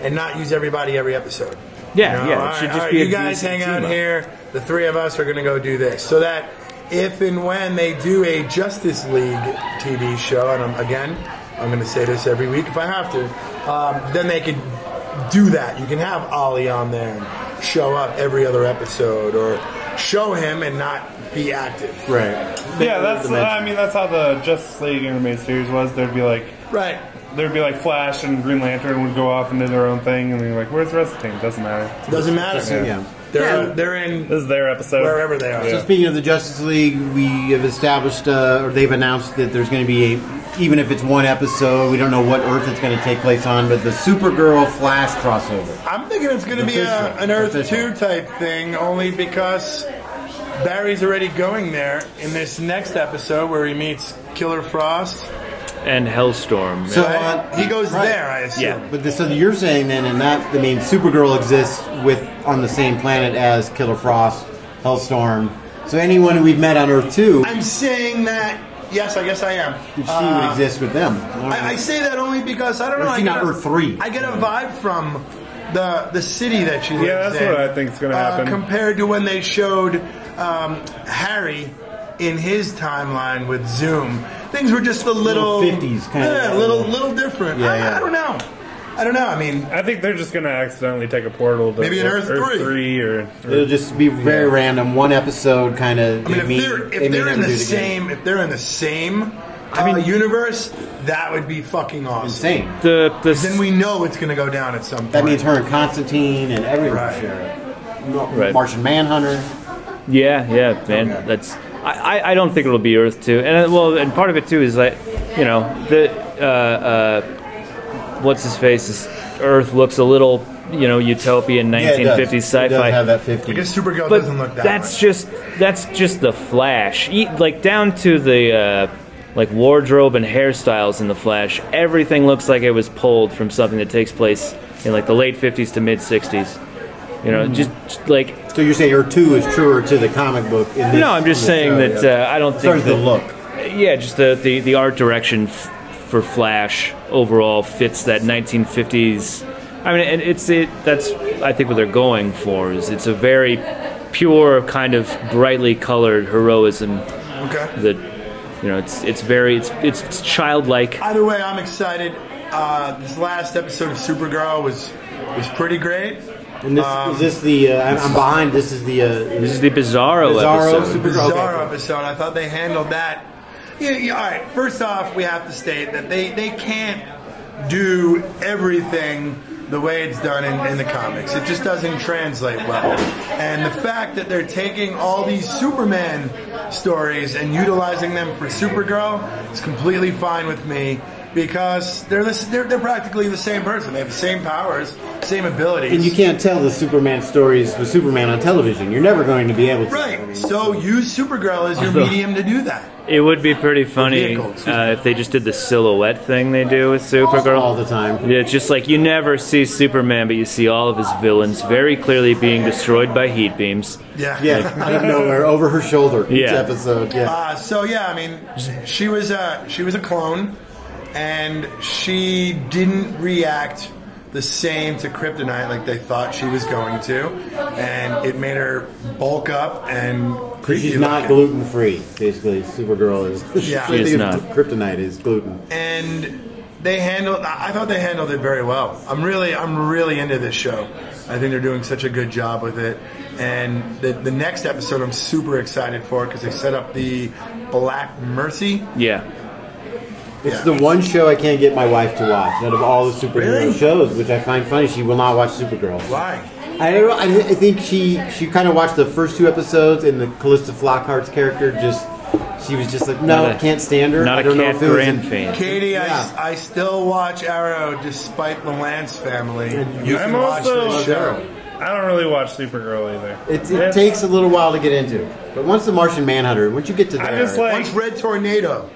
G: and not use everybody every episode.
F: Yeah,
G: You know,
F: yeah, it
G: all right,
F: should just
G: all right,
F: be a
G: you guys
F: decent
G: hang
F: team
G: out
F: up.
G: here. The three of us are going to go do this, so that if and when they do a Justice League TV show, and I'm, again, I'm going to say this every week if I have to, um, then they could do that. You can have Ollie on there and show up every other episode, or show him and not be active.
I: Right.
J: Yeah, that's I mean that's how the Justice League animated series was. There'd be like
G: Right.
J: there'd be like Flash and Green Lantern would go off and do their own thing, and they're like, "Where's the rest of the team?" Doesn't matter.
G: Doesn't matter.
I: Yeah.
G: They're they're in
J: This is their episode.
G: wherever they are.
I: So speaking of the Justice League, we have established, uh, or they've announced that there's going to be a, even if it's one episode, we don't know what Earth it's going to take place on, but the Supergirl Flash crossover.
G: I'm thinking it's going to be a,
I: Official.
G: an Earth
I: Official.
G: 2 type thing, only because Barry's already going there in this next episode where he meets Killer Frost.
F: And Hellstorm.
I: So
G: Right?
I: uh,
G: he goes
I: right.
G: there, I assume.
F: Yeah.
I: But the, so you're saying then, and that I mean, Supergirl exists with on the same planet as Killer Frost, Hellstorm. So anyone we've met on Earth two,
G: I'm saying that. Yes, I guess I am.
I: she
G: Uh,
I: would exist with them.
G: I, I say that only because I don't
I: Or
G: know.
I: is
G: I
I: he
G: get
I: not
G: a-
I: Earth three?
G: I get a vibe from the the city that she lives
J: Yeah, that's
G: in,
J: what I think's gonna
G: uh,
J: happen.
G: compared to when they showed um, Harry in his timeline with Zoom, things were just a little
I: Little 50s kinda.
G: Yeah, a little little different.
I: Yeah,
G: I,
I: yeah.
G: I don't know. I don't know. I mean,
J: I think they're just gonna accidentally take a portal to
G: Maybe an Earth three.
J: or, or-
I: It'll just be very random, one episode kind of.
G: I mean, if they're if they're in the same if they're in the same I mean, universe, that would be fucking awesome.
I: insane.
F: the the
G: Then we know it's gonna go down at some point.
I: That means her and Constantine and everyone
G: Right.
I: share it.
F: Right.
I: Martian Manhunter.
F: Yeah, yeah, man.
I: Okay.
F: That's I, I, I don't think it'll be Earth two, and uh, well, and part of it too is that you know the uh, uh, what's his face is Earth looks a little you know utopian nineteen fifties sci
I: It does have
F: fi.
I: that
G: I
I: 50s.
G: guess Supergirl
F: But
G: doesn't look that.
F: that's
G: much.
F: just that's just the Flash, e- like down to the uh, like wardrobe and hairstyles in the Flash. Everything looks like it was pulled from something that takes place in like the late fifties to mid sixties. You
I: Hmm.
F: know, just- just like
I: So you're saying her two is truer to the comic book? In this,
F: no, I'm just
I: in this
F: saying
I: show,
F: that
I: yeah.
F: uh, I don't
I: As far
F: think
I: as the
F: that-
I: look.
F: Yeah, just the the, the art direction f- for Flash overall fits that 1950s. I mean, and it's it. That's I think what they're going for is it's a very pure kind of brightly colored heroism
G: okay.
F: that you know it's it's very it's it's, it's childlike.
G: Either way, I'm excited. Uh, this last episode of Supergirl was was pretty great.
I: And this is this the uh, I'm, I'm behind. This is the uh,
F: This is the Bizarro,
I: Bizarro
F: episode.
I: Super-
G: Bizarre
I: Okay.
G: episode. I thought they handled that. Yeah, yeah, all right. First off, we have to state that they they can't do everything the way it's done in, in the comics. It just doesn't translate well. And the fact that they're taking all these Superman stories and utilizing them for Supergirl is completely fine with me because they're the, s- they're, they're practically the same person. They have the same powers, same abilities.
I: and you can't tell the Superman stories with Superman on television. You're never going to be able to. I mean,
G: Right. So use Supergirl as your
F: Although-
G: medium to do that.
F: It would be pretty funny
G: vehicle, excuse
F: uh, if they just did the silhouette thing they do with Supergirl
I: all the time.
F: Yeah, it's just like you never see Superman, but you see all of his villains very clearly being destroyed by heat beams.
G: Yeah.
I: Yeah, out of nowhere, over her shoulder. Each
F: Yeah.
I: episode. Yeah.
G: Uh, so yeah, I mean, she was a she was a clone, and she didn't react the same to kryptonite like they thought she was going to, and it made her bulk up and creepy.
I: She's not
G: looking.
I: gluten free. Basically, Supergirl is.
G: Yeah.
I: I
G: She is
I: think
F: not.
I: Kryptonite is gluten.
G: and they handled. I I thought they handled it very well. I'm really, I'm really into this show. I think they're doing such a good job with it. And the, the next episode, I'm super excited for because they set up the Black Mercy.
F: Yeah.
I: It's
G: Yeah.
I: the one show I can't get my wife to watch out of all the superhero
G: Really?
I: shows, which I find funny. She will not watch Supergirl.
G: Why?
I: I don't know. I, thi- I think she she kind of watched the first two episodes, and the Callista Flockhart's character just she was just like, no,
F: Not a-
I: can't stand her.
F: Not
I: I
F: a
I: don't know
F: Cat
I: if it was
F: Grand
I: in-
F: fan.
G: Katie,
I: Yeah.
G: I, I still watch Arrow despite the Lance family. You
J: I'm
G: can watch
J: also-
G: this show.
J: I don't really watch Supergirl either.
I: It, it
J: That's-
I: takes a little while to get into, but once the Martian Manhunter, once you get to
J: I
I: there,
J: just like
G: Once Red Tornado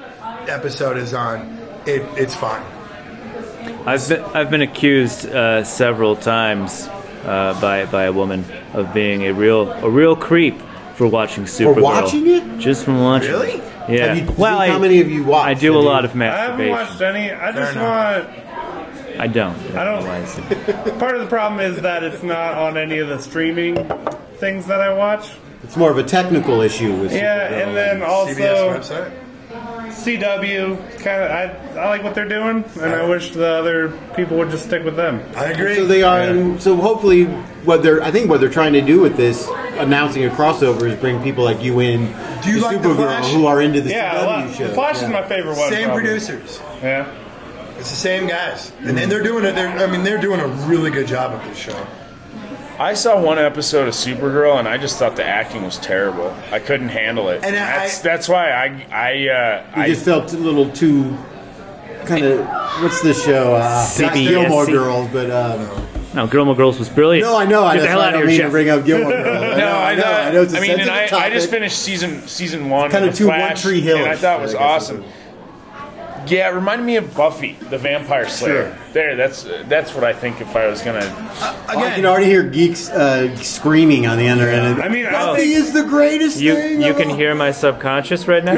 G: episode is on, it, it's fine.
F: I've been, I've been accused uh, several times uh, by by a woman of being a real a real creep for watching Supergirl.
I: watching it?
F: Just from watching.
G: Really?
F: It. Yeah.
I: Have you-
F: well,
I: how
F: I,
I: many have you watched?
F: I do a
I: Have you-
F: lot of
J: I haven't
F: masturbation.
J: watched any. I just
G: enough.
J: want.
F: I don't.
J: I don't-
F: Otherwise-
J: Part of the problem is that it's not on any of the streaming things that I watch.
I: it's more of a technical issue with
J: Yeah,
I: Supergirl.
J: and then also
G: CBS website.
J: CW. Kind of, I, I like what they're doing, and I wish the other people would just stick with them.
G: I agree.
I: So they are. and So hopefully, what they're I think what they're trying to do with this announcing a crossover is bring people like you in,
G: Do you
I: to
G: like The
I: Supergirl,
G: Flash?
I: who are into the
J: Yeah,
I: CW
J: I love-
I: show.
J: Flash
I: Yeah.
J: is my favorite one.
G: Same
J: probably.
G: producers.
J: Yeah.
G: It's the same guys, and, and they're doing it. They're, I mean, they're doing a really good job of this show.
H: I saw one episode of Supergirl and I just thought the acting was terrible. I couldn't handle it.
G: And I-
H: that's that's why I I uh,
I: You
H: I
I: just felt a little too kind of what's the show? Uh, not
F: CBS.
I: Gilmore Girls, but um,
F: No, Gilmore Girls was brilliant.
I: no, I know. I,
F: Get the
I: that's
F: hell
I: why I
F: out
I: don't
F: of
I: mean
F: here,
I: to
F: Jeff.
I: bring up Gilmore Girls. I
H: No,
I: know,
H: I
I: "Oh, I know.
H: thought.
I: I know it's a
H: I mean, and
I: sensitive
H: I, I just
I: topic.
H: finished season season one.
I: Kinda
H: of
I: too One Tree Hill-ish,
H: and I thought it was
I: I guess.
H: awesome. Yeah, it reminded me of Buffy, the Vampire Slayer. There, that's that's what I think. If I was gonna,
I: I can already hear geeks uh, screaming on the other end.
J: I mean, I
I: Buffy
J: think-
I: is the greatest
F: You
I: thing.
F: you
I: of
F: can
I: all-
F: hear my subconscious right now.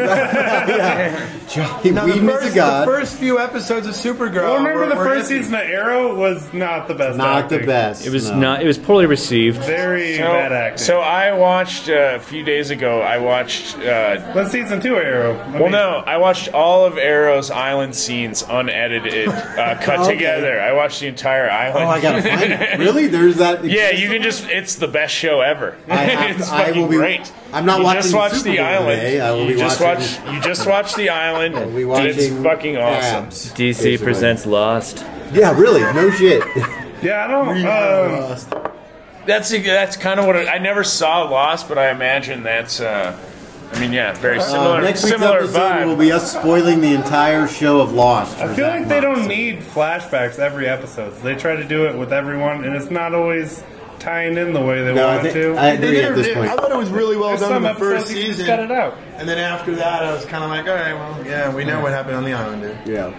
I: Johnny
G: Now, the
I: Weidman
G: first,
I: is a god.
G: the first few episodes of Supergirl.
I: Uh,
J: Well, remember
G: were-
J: the
G: were
J: first
G: iffy.
J: season of Arrow was not the best.
I: not the
J: acting.
I: best.
F: It was
I: no.
F: not. It was poorly received.
J: Very bad
H: so,
J: acting.
H: so I watched uh, a few days ago. I watched. Uh,
J: That's season two Arrow. I
H: well,
J: mean,
H: no, I watched all of Arrow's island scenes unedited, uh, cut
I: Okay.
H: together. I watched the entire island.
I: Oh, I gotta find it. Really? There's that.
H: Yeah, you can just. It's the best show ever.
I: I have to-
H: it's
I: I will
H: fucking
I: be-
H: great.
I: I'm not
H: you
I: watching
H: Just
I: the
H: watch
I: Super
H: the
I: Bowl
H: island.
I: today. I will
H: you
I: be
H: just
I: watching-
H: watch. You just watch the island.
I: Are We
H: and it's
I: watching
H: fucking awesome.
I: abs,
F: DC
I: basically.
F: presents Lost.
I: Yeah, really. No shit.
J: Yeah, I don't. Um,
H: That's that's kind of what it, I never saw Lost, but I imagine that's. Uh, I mean, yeah, very similar.
I: Uh, next week's
H: similar
I: episode
H: vibe.
I: will be us spoiling the entire show of Lost.
J: I
I: for
J: feel
I: that
J: like they
I: month.
J: don't need flashbacks every episode. So they try to do it with everyone, and it's not always tying in the way they
I: No, I,
J: want it
I: think,
J: to.
I: I
G: They
I: agree
G: did
I: at
G: it-
I: this
G: they-
I: point.
G: I thought it was really well
J: There's
G: done
J: some
G: in the first
J: episodes you just
G: season.
J: cut it out.
G: And then after that, I was kind of like, all right, well, yeah, we know what happened on the island, dude.
I: Yeah.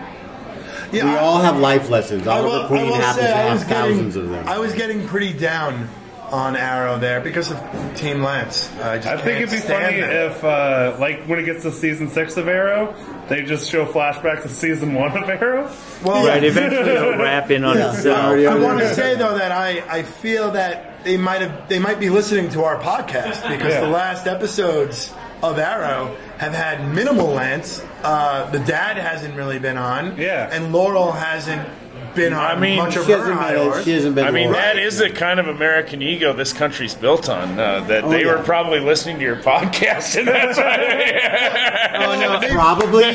G: Yeah,
I: We
G: I-
I: all have life lessons.
G: I will-
I: Oliver Queen
G: I will
I: happens
G: say
I: to
G: I was
I: have
G: getting-
I: thousands of them.
G: I was getting pretty down on Arrow there because of Team Lance. I, just
J: I think
G: can't
J: it'd be
G: stand
J: funny
G: them.
J: if, uh, like, when it gets to season six of Arrow, they just show flashbacks of season one of Arrow.
G: Well,
F: Right, eventually it'll wrap in on
I: Yeah,
F: itself.
I: already
G: I
I: over
G: want to
I: there.
G: say though that I, I feel that they might have they might be listening to our podcast because
J: Yeah.
G: the last episodes of Arrow have had minimal Lance. Uh, the dad hasn't really been on.
J: Yeah.
G: and Laurel hasn't been on
H: I mean,
G: much of
I: She
G: her
I: hasn't
G: high
I: been.
G: horse.
I: She hasn't been.
H: I mean,
I: royal.
H: that is the kind of American ego this country's built on. Uh, that
G: Oh,
H: they
I: yeah.
H: were probably listening to your podcast, and that's why.
G: Oh, no, they-
I: probably.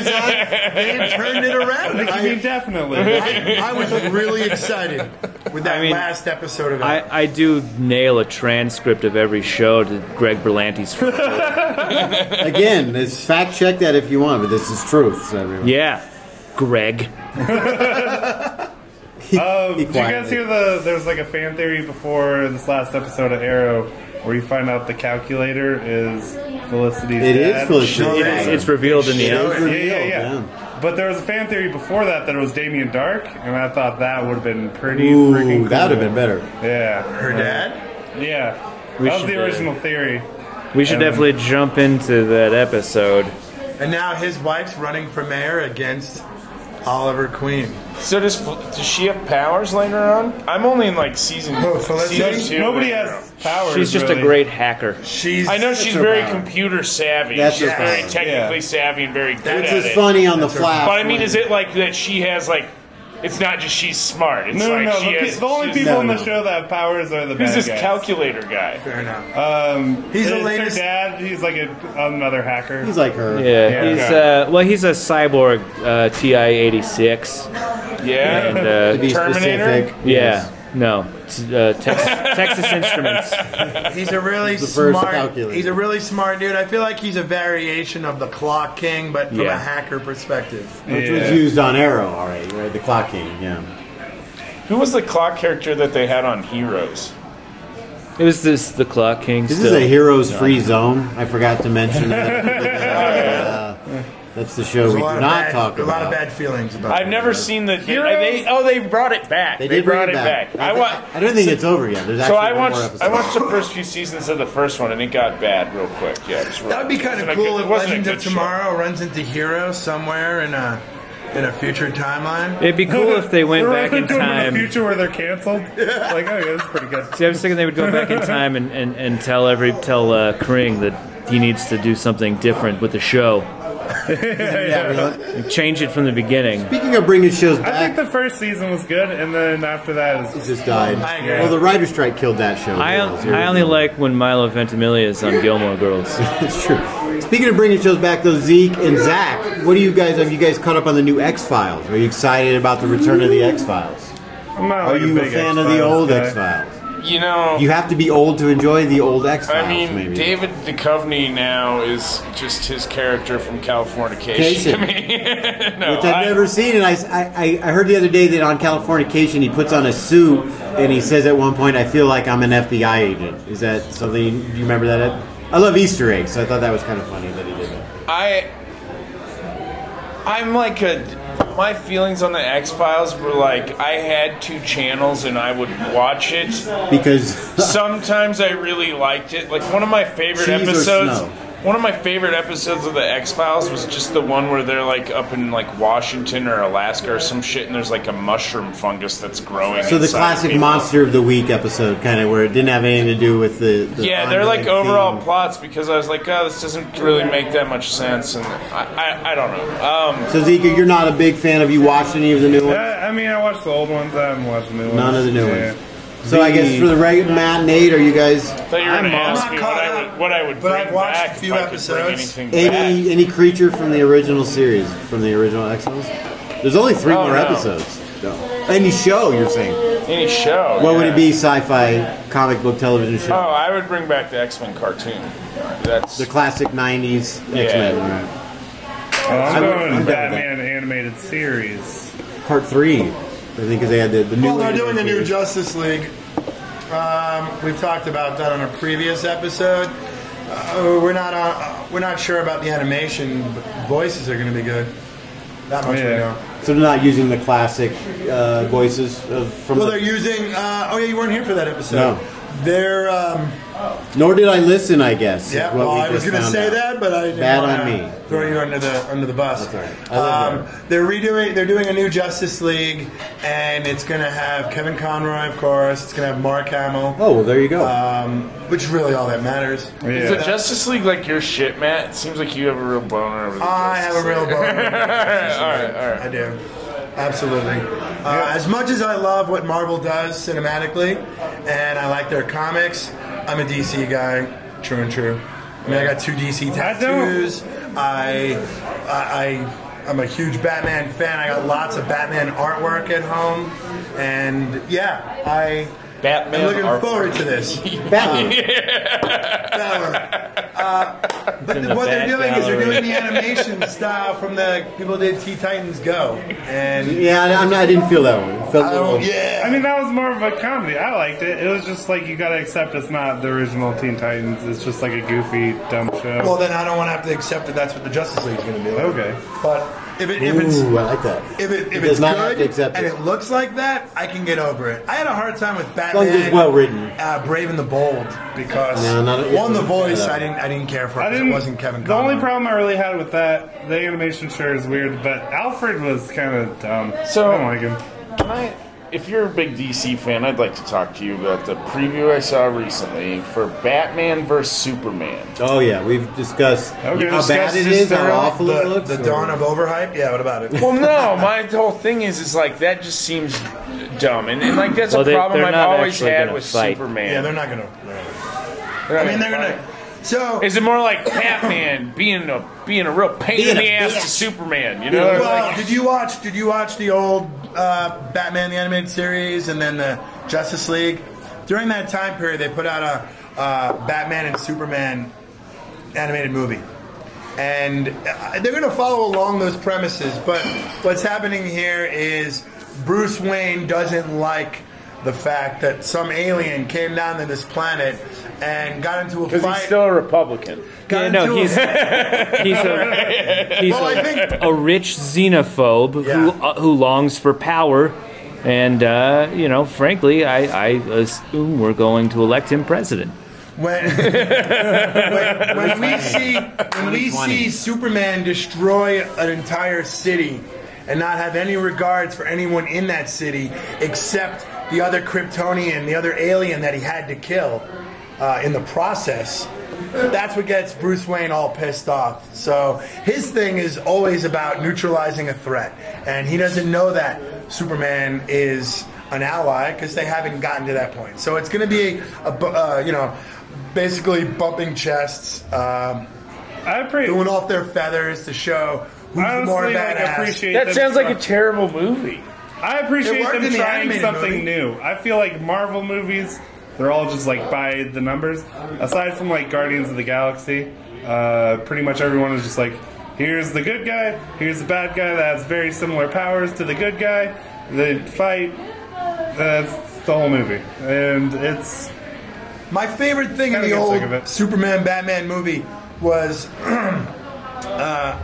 I: Zach?
G: They've turned it around.
J: I mean,
G: I,
J: definitely.
G: I, I was really excited with that
F: I mean,
G: last episode of Arrow.
F: I, I do nail a transcript of every show to Greg Berlanti's.
I: Again, it's fact check that if you want, but this is truth. So everyone.
F: yeah, Greg.
J: Um, did
I: Be
J: you guys
I: quiet.
J: hear the? There's like a fan theory before this last episode of Arrow, where you find out the calculator is Felicity's
I: It is
J: dad.
I: Felicity's
G: No,
F: It
G: dad.
F: is, it's revealed in the end.
J: Yeah, yeah,
I: Revealed,
J: yeah, But there was a fan theory before that that it was Damien Dark, and I thought that would have been pretty freaking
I: Ooh,
J: cool.
I: that would have been better.
J: Yeah.
G: her dad.
J: Yeah.
F: We
J: that was
F: should,
J: the
F: uh,
J: original theory.
F: We should
J: Yeah.
F: definitely jump into that episode.
G: And now his wife's running for mayor against Oliver Queen.
H: So does does she have powers later on? I'm only in like season.
G: Oh, so let's-
H: season
G: nobody-
H: two
J: Nobody
H: right
J: has
H: now.
J: powers.
F: She's just
J: really.
F: a great hacker.
G: She's.
H: I know she's
I: her
H: very
I: power.
H: computer savvy.
I: That's
H: she's
I: her
H: very
I: power.
H: technically
J: Yeah.
H: savvy and very good
I: Which
H: at
I: is
H: it.
I: funny on the flash.
H: But I mean,
I: when-
H: is it like that she has like? It's not just she's smart. It's
J: No, no,
H: like
J: no.
H: she
J: The, pe-
H: has.
J: the only
H: she's-
J: people
I: No,
J: in the
I: no.
J: show that have powers are the
H: Who's
J: bad
H: this
J: guys.
H: calculator guy?
G: Fair enough.
J: um,
G: He's the
J: it's her
G: latest-
J: dad. He's like a, another hacker.
I: He's like her.
F: Yeah, he's uh, well, he's a cyborg uh, Ti eighty six, and
H: Yeah.
I: To
F: uh,
I: be
H: Terminator?
I: specific.
F: yeah, no, t- uh, Tex- Texas Instruments.
G: Uh, He's a really
I: The first
G: smart.
I: calculator.
G: He's a really smart dude. I feel like he's a variation of the Clock King, but from
F: Yeah.
G: a hacker perspective.
I: Which was
J: Yeah.
I: used on Arrow already, right? The Clock King, yeah.
H: Who was the clock character that they had on Heroes?
F: It was this the Clock King.
I: This
F: still.
I: is a Heroes Free Zone. I forgot to mention that. Uh, that's the show
G: There's a
I: we do
G: lot of
I: not
G: bad,
I: talk
G: a lot
I: about.
G: of bad feelings about.
H: I've
G: that.
H: never seen the
J: Heroes?
H: They, oh, they brought it back.
I: They did
H: brought
I: bring
H: it back.
I: I,
H: I
I: thi-
H: wa-
I: I don't think it's over yet. There's
H: So
I: actually
H: I
I: one more
H: watched
I: episode.
H: I watched the first few seasons of the first one, and it got bad real quick. Yeah, it was rough.
G: That would be kind
H: It wasn't a
G: of cool
H: good-
G: if
H: it wasn't a
G: Legends of
H: good show.
G: Tomorrow runs into Hero somewhere in a in a future timeline.
F: It'd be cool if they went
J: We're
F: back in
J: going
F: time.
J: the future where they're canceled. like, oh yeah, that's pretty good.
F: See, I was thinking they would go back in time and, and, and tell every tell uh, Kring that he needs to do something different with the show,
I: Yeah, really.
F: and change it from the beginning.
I: Speaking of bringing shows
J: I think
I: back,
J: the first season was good, and then after that,
I: it
J: is
I: just died.
G: I agree.
I: Well, the writer strike killed that show.
F: I, I only like when Milo Ventimiglia is on Gilmore Girls.
I: It's true. Speaking of bringing shows back, though, Zeke and Zach, what do you guys have? You guys caught up on the new X Files? Are you excited about the return of the X Files?
J: I'm not
I: Are
J: like
I: you a
J: big
I: fan of
J: X-Files
I: the old
J: guy.
I: X Files?
H: You know,
I: You have to be old to enjoy the old X Files.
H: I mean,
I: maybe.
H: David Duchovny now is just his character from Californication to
I: Cation.
H: me. no,
I: Which I've
H: I-
I: never seen, and I, I, I heard the other day that on Californication he puts on a suit and he says at one point, "I feel like I'm an FBI agent." Is that something? Do you remember that? I love Easter eggs, so I thought that was kind of funny that he did that.
H: I I'm like a my feelings on the X Files were like I had two channels and I would watch it.
I: Because
H: Sometimes I really liked it. Like one of my favorite
I: Cheese or
H: episodes.
I: snow?
H: One of my favorite episodes of the X Files was just the one where they're like up in like Washington or Alaska or some shit, and there's like a mushroom fungus that's growing.
I: so the
H: inside
I: classic
H: people.
I: monster of the week episode, kind of where it didn't have anything to do with the. the
H: Yeah, they're
I: ongoing
H: like overall
I: theme.
H: plots because I was like, oh, this doesn't really make that much sense, and I, I, I don't know. Um,
I: So Zeke, you're not a big fan. Have you watched any of the new
J: Uh,
I: ones?
J: I mean, I watched the old ones. I haven't watched the new ones.
I: None of the new
J: Yeah.
I: ones. So I guess for the regular Matt and Nate, are you guys
H: thought you were going to
G: I'm
H: ask
G: not
H: me
G: caught
H: what I
G: up,
H: would, what I would
G: but
H: bring
G: I've watched
H: back
G: a few
H: if I could
G: episodes.
H: bring anything
I: any
H: back.
I: any creature from the original series from the original X Files? There's only three
H: Oh,
I: more
H: no.
I: episodes. No. Any show you're saying?
H: Any show.
I: What would
H: yeah.
I: it be? Sci-fi, comic book, television
H: Oh,
I: show,
H: I would bring back the X Men cartoon. That's
I: the classic '90s X Men. right.
J: Well, I'm going
I: I'm- I'm down
J: with
I: with that.
J: Batman animated series.
I: Part three, I think, because they had the, the new.
G: Well, they're
I: one.
G: doing the new Justice League. Um, we've talked about that on a previous episode. Uh, we're not on, uh, we're not sure about the animation. But voices are going to be good. That
H: Oh,
G: much we
J: Yeah.
G: know.
I: So they're not using the classic uh, voices of, from.
G: Well,
I: the-
G: they're using. Uh, oh yeah, you weren't here for that episode.
I: No.
G: They're. Um,
I: nor did I listen. I guess. is
G: yeah.
I: what
G: Well,
I: we
G: I was
I: just
G: going to
I: found
G: say
I: out.
G: that, but I didn't
I: Bad
G: wanna
I: on me.
G: Throw you under the under the bus.
I: That's all right. I love
G: um,
I: that.
G: they're redoing. They're doing a new Justice League, and it's going to have Kevin Conroy, of course. It's going to have Mark Hamill.
I: Oh, well, there you go.
G: Um, which is really all that matters.
H: Is the
J: Yeah.
H: Justice League like your shit, Matt? It seems like you have a real boner over the
G: I have
H: Justice
G: a real
H: League. all
G: bone.
H: right, all
G: I
H: right.
G: do. Absolutely. Uh, as much as I love what Marvel does cinematically, and I like their comics, I'm a DC guy. True and true. I mean, I got two DC
J: I don't-
G: tattoos. I, I, I, I'm a huge Batman fan. I got lots of Batman artwork at home, and yeah, I.
H: Batman.
G: I'm looking
H: artwork.
G: forward to this.
I: Batman.
G: Power. Uh, but
F: in the
G: what they're
F: back
G: doing is they're
F: gallery.
G: doing the animation style from the people that did Teen Titans Go, and
I: Yeah, I'm not, I didn't feel that one. It felt a little-
G: Oh yeah.
J: I mean, that was more of a comedy. I liked it. It was just like you gotta accept it's not the original Teen Titans. It's just like a goofy, dumb show.
G: Well, then I don't want to have to accept that that's what the Justice League is going to be. Like.
J: Okay.
G: But If, it, if it's
I: Ooh, I like that.
G: if it if
I: does
G: it's
I: not have
G: good
I: to accept
G: and
I: it.
G: it looks like that, I can get over it. I had a hard time with Batman.
I: long as it's well written.
G: Uh, Brave and the Bold because
I: No, not-
G: one the
I: yeah,
G: voice
I: yeah.
G: I didn't I didn't care for.
J: I
G: because
J: didn't.
G: It wasn't Kevin.
J: The
G: Conroy.
J: only problem I really had with that, the animation sure is weird, but Alfred was kind of dumb.
H: So-
J: I don't like him.
H: Can I, if you're a big DC fan, I'd like to talk to you about the preview I saw recently for Batman vs Superman.
I: Oh yeah, we've discussed
J: Okay.
I: how bad it
H: Discuss
I: is, how
H: this,
I: awful it
G: the,
I: looks.
G: the
I: or-
G: dawn of overhype. Yeah, what about it?
H: Well, no, my whole thing is is like that just seems dumb, and, and like that's
F: Well,
H: a
F: they-
H: problem
F: they're
H: I've
F: not
H: always
F: actually
H: had
F: gonna
H: with
F: fight.
H: Superman.
G: yeah, they're not gonna. they're not gonna-
H: They're not
G: I mean, they're
H: fight.
G: gonna. So
H: Is it more like Batman being a being a real pain
I: Being
H: in the
I: a
H: ass to
I: bitch.
H: Superman? You know,
G: Well,
H: like,
G: did you watch? Did you watch the old uh, Batman the animated series and then the Justice League? During that time period, they put out a uh, Batman and Superman animated movie, and uh, they're going to follow along those premises. But what's happening here is Bruce Wayne doesn't like the fact that some alien came down to this planet and got into a
H: because
G: fight.
H: he's still a Republican.
G: got
F: Yeah, no,
G: into a-
F: he's he's a he's
G: Well, I think-
F: a, a rich xenophobe who
G: Yeah.
F: uh, who longs for power, and uh, you know, frankly, I, I assume we're going to elect him president.
G: when when, when we see when we
I: 2020.
G: see Superman destroy an entire city and not have any regards for anyone in that city except the other Kryptonian, the other alien that he had to kill uh, in the process. That's what gets Bruce Wayne all pissed off. So his thing is always about neutralizing a threat, and he doesn't know that Superman is an ally because they haven't gotten to that point. So it's going to be a, bu- uh, you know basically bumping chests, um,
J: I appreciate.
G: doing off their feathers to show who's more
J: Honestly, like,
G: badass.
J: appreciate
H: That
J: them
H: sounds like
J: try-
H: a terrible movie.
J: I appreciate
G: It worked
J: them
G: in the
J: trying
G: animated
J: something
G: movie.
J: new. I feel like Marvel movies, they're all just like by the numbers. Aside from like Guardians of the Galaxy, uh, pretty much everyone is just like, here's the good guy, here's the bad guy that has very similar powers to the good guy. They fight. That's the whole movie, and it's
G: My favorite thing
J: Kinda
G: in the
J: get sick
G: old
J: of it.
G: Superman Batman movie was uh,